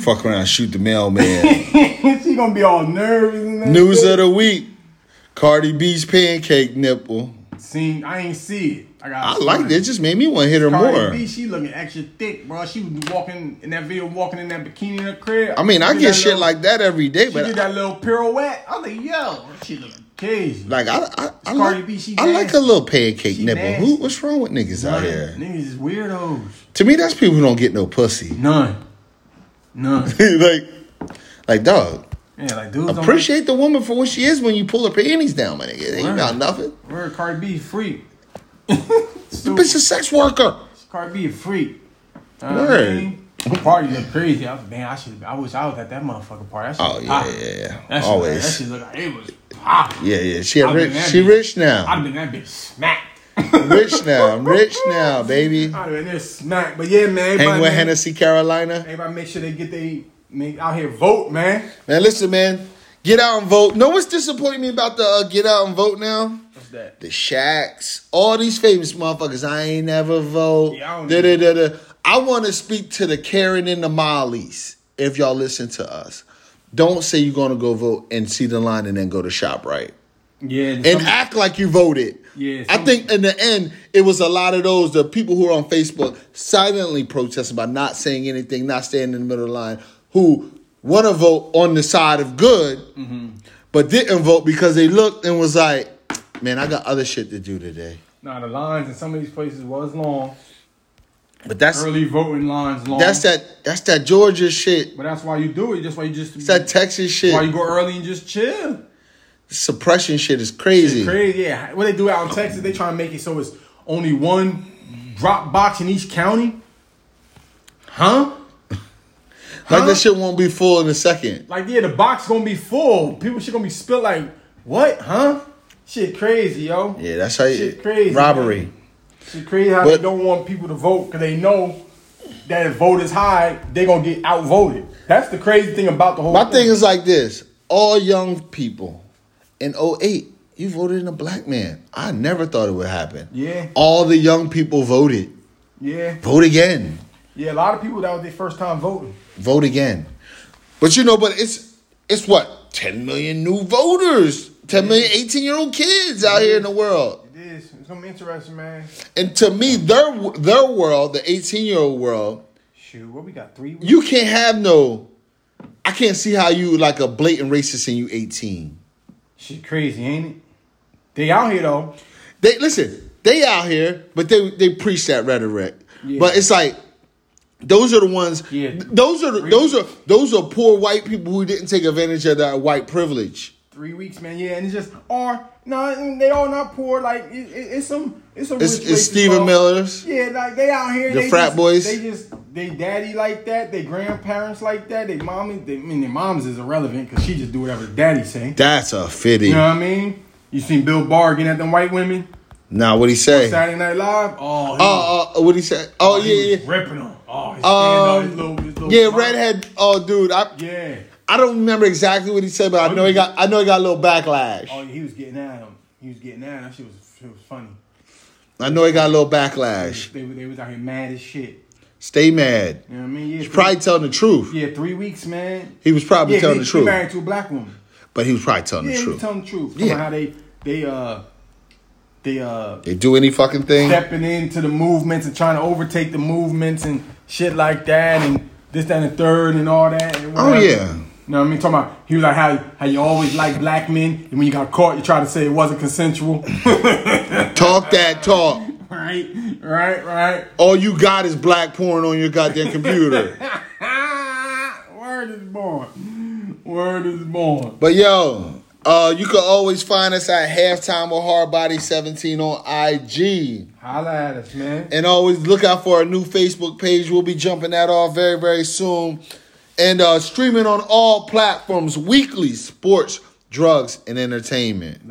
Speaker 1: Fuck around, shoot the mailman.
Speaker 2: she gonna be all nervous and that
Speaker 1: News
Speaker 2: shit.
Speaker 1: of the week: Cardi B's pancake nipple.
Speaker 2: Seen, I ain't see it. I got.
Speaker 1: I liked it. It just made me want to hit her
Speaker 2: Cardi
Speaker 1: more.
Speaker 2: B, she looking extra thick, bro. She was walking in that video, walking in that bikini in her crib.
Speaker 1: I mean,
Speaker 2: She
Speaker 1: I
Speaker 2: did
Speaker 1: get
Speaker 2: that
Speaker 1: shit
Speaker 2: little-
Speaker 1: like that every day,
Speaker 2: She did
Speaker 1: but
Speaker 2: that little pirouette. I was like, yo, she look crazy.
Speaker 1: like I, I, I,
Speaker 2: Cardi
Speaker 1: like,
Speaker 2: B, she
Speaker 1: I like
Speaker 2: nasty.
Speaker 1: a little pancake
Speaker 2: She
Speaker 1: nipple.
Speaker 2: nasty.
Speaker 1: Who? What's wrong with niggas out here?
Speaker 2: Niggas is weirdos.
Speaker 1: To me, that's people who don't get no pussy.
Speaker 2: None. None.
Speaker 1: like, like dog.
Speaker 2: Yeah, like dudes
Speaker 1: Appreciate the woman for what she is when you pull her panties down, my nigga. It ain't
Speaker 2: Word.
Speaker 1: about nothing.
Speaker 2: don't. Where Cardi B freak.
Speaker 1: The bitch a sex worker.
Speaker 2: Cardi B a freak. Uh,
Speaker 1: Word.
Speaker 2: Party look crazy. I was, man, I should. I wish I was at that motherfucking party. That shit
Speaker 1: Oh
Speaker 2: was
Speaker 1: yeah,
Speaker 2: poppin'.
Speaker 1: yeah, yeah.
Speaker 2: That shit,
Speaker 1: always.
Speaker 2: That shit look like it was popping.
Speaker 1: yeah, yeah. She a
Speaker 2: I've been
Speaker 1: rich.
Speaker 2: that
Speaker 1: She
Speaker 2: bitch.
Speaker 1: rich now.
Speaker 2: I'd have been that bitch smacked.
Speaker 1: rich now. I'm rich now, baby.
Speaker 2: I'd have been this smacked. But yeah, man. Everybody,
Speaker 1: Hang with
Speaker 2: man,
Speaker 1: Hennessy, Carolina.
Speaker 2: everybody make sure they get they make out here vote, man.
Speaker 1: Man, listen, man. Get out and vote. Know what's disappointing me about the uh, get out and vote now?
Speaker 2: What's that?
Speaker 1: The Shacks, all these famous motherfuckers. I ain't never vote.
Speaker 2: Yeah, I don't
Speaker 1: da, da, da, da. I want to speak to the Karen and the Mollies. If y'all listen to us, don't say you're gonna go vote and see the line and then go to shop right
Speaker 2: Yeah.
Speaker 1: and
Speaker 2: some-
Speaker 1: act like you voted.
Speaker 2: Um, Yeah,
Speaker 1: I
Speaker 2: some-
Speaker 1: think in the end, it was a lot of those the people who are on Facebook silently protesting by not saying anything, not standing in the middle of the line, who want to vote on the side of good,
Speaker 2: Mm-hmm.
Speaker 1: but didn't vote because they looked and was like, "Man, I got other shit to do today."
Speaker 2: Nah, the lines in some of these places was long.
Speaker 1: But that's
Speaker 2: Early voting lines long.
Speaker 1: that's that that's that Georgia shit.
Speaker 2: But that's why you do it. That's why you just.
Speaker 1: It's that Texas shit.
Speaker 2: why you go early and just chill.
Speaker 1: Suppression shit is crazy.
Speaker 2: Crazy, yeah. What they do out in Texas, they try to make it so it's only one drop box in each county. Huh?
Speaker 1: Like
Speaker 2: Huh?
Speaker 1: this shit won't be full in a second.
Speaker 2: Like, yeah, the box gonna be full. People shit gonna be spilled. Like, what? Huh? Shit, crazy, yo.
Speaker 1: Yeah, that's how you
Speaker 2: Shit crazy,
Speaker 1: robbery.
Speaker 2: man. Shit, crazy how
Speaker 1: But-
Speaker 2: they don't want people to vote because they know that if vote is high, they gonna get outvoted. That's the crazy thing about the whole.
Speaker 1: My thing is like this: all young people in 08, you voted in a black man. I never thought it would happen.
Speaker 2: Yeah.
Speaker 1: All the young people voted.
Speaker 2: yeah,
Speaker 1: Vote again.
Speaker 2: yeah. A lot of people that was their first time voting.
Speaker 1: Vote again. But you know, but it's it's what? 10 million new voters. 10 million 18 year old kids out here in the world.
Speaker 2: It is. It's gonna be interesting, man.
Speaker 1: And to me, their their world, the 18 year old world,
Speaker 2: Shoot, what we got three? weeks?
Speaker 1: you can't have no I can't see how you like a blatant racist and you 18.
Speaker 2: Shit, crazy, ain't it? They out here though.
Speaker 1: They listen. They out here, but they they preach that rhetoric.
Speaker 2: Yeah.
Speaker 1: But it's like those are the ones.
Speaker 2: Yeah.
Speaker 1: Those are the, those are those are poor white people who didn't take advantage of their white privilege.
Speaker 2: Three weeks, man. Yeah, and it's just or no, they all not poor. Like it, it, it's some, it's some.
Speaker 1: It's,
Speaker 2: rich
Speaker 1: it's
Speaker 2: racist
Speaker 1: Stephen
Speaker 2: folk.
Speaker 1: Miller's.
Speaker 2: Yeah, like they out here.
Speaker 1: The
Speaker 2: they
Speaker 1: frat
Speaker 2: just,
Speaker 1: boys.
Speaker 2: They just they daddy like that. They grandparents like that. They mommy. They, I mean, their moms is irrelevant because she just do whatever daddy say.
Speaker 1: That's a fitty.
Speaker 2: You know what I mean? You seen Bill Barr getting at them white women
Speaker 1: Now what he say?
Speaker 2: Saturday Night Live? Oh, he,
Speaker 1: Oh, uh, what he say? Oh
Speaker 2: he was
Speaker 1: yeah, yeah,
Speaker 2: ripping them. Oh, his
Speaker 1: Um,
Speaker 2: stand his little, his little
Speaker 1: yeah.
Speaker 2: smile.
Speaker 1: Redhead. Oh, dude, I
Speaker 2: Yeah.
Speaker 1: I don't remember exactly what he said, but I know he got I know he got a little backlash.
Speaker 2: Oh, he was getting at him. He was getting at him. That shit was, shit was funny.
Speaker 1: I know he got a little backlash.
Speaker 2: They, were- they was out here mad as shit.
Speaker 1: Stay mad.
Speaker 2: You know what I mean? Yeah, three,
Speaker 1: Probably telling the truth.
Speaker 2: yeah, three weeks, man.
Speaker 1: He was probably
Speaker 2: yeah,
Speaker 1: telling
Speaker 2: he,
Speaker 1: the truth,
Speaker 2: He married to a black woman.
Speaker 1: but he was probably telling
Speaker 2: Yeah,
Speaker 1: the
Speaker 2: he was
Speaker 1: truth.
Speaker 2: telling the truth.
Speaker 1: Yeah.
Speaker 2: Yeah. How they they uh they uh
Speaker 1: they do any fucking thing.
Speaker 2: stepping into the movements and trying to overtake the movements and shit like that and this that and the third and all that. And
Speaker 1: Oh,
Speaker 2: whatever.
Speaker 1: yeah.
Speaker 2: You know what I mean? Talking about he was like how how you always like black men and when you got caught you try to say it wasn't consensual.
Speaker 1: Talk that talk.
Speaker 2: right, right, right.
Speaker 1: All you got is black porn on your goddamn computer.
Speaker 2: Word is born. Word is born.
Speaker 1: but yo, uh, you can always find us at halftime with hardbody17 on IG.
Speaker 2: Holla at us, man.
Speaker 1: And always look out for our new Facebook page. We'll be jumping that off very, very soon. And uh, streaming on all platforms weekly sports, drugs, and entertainment.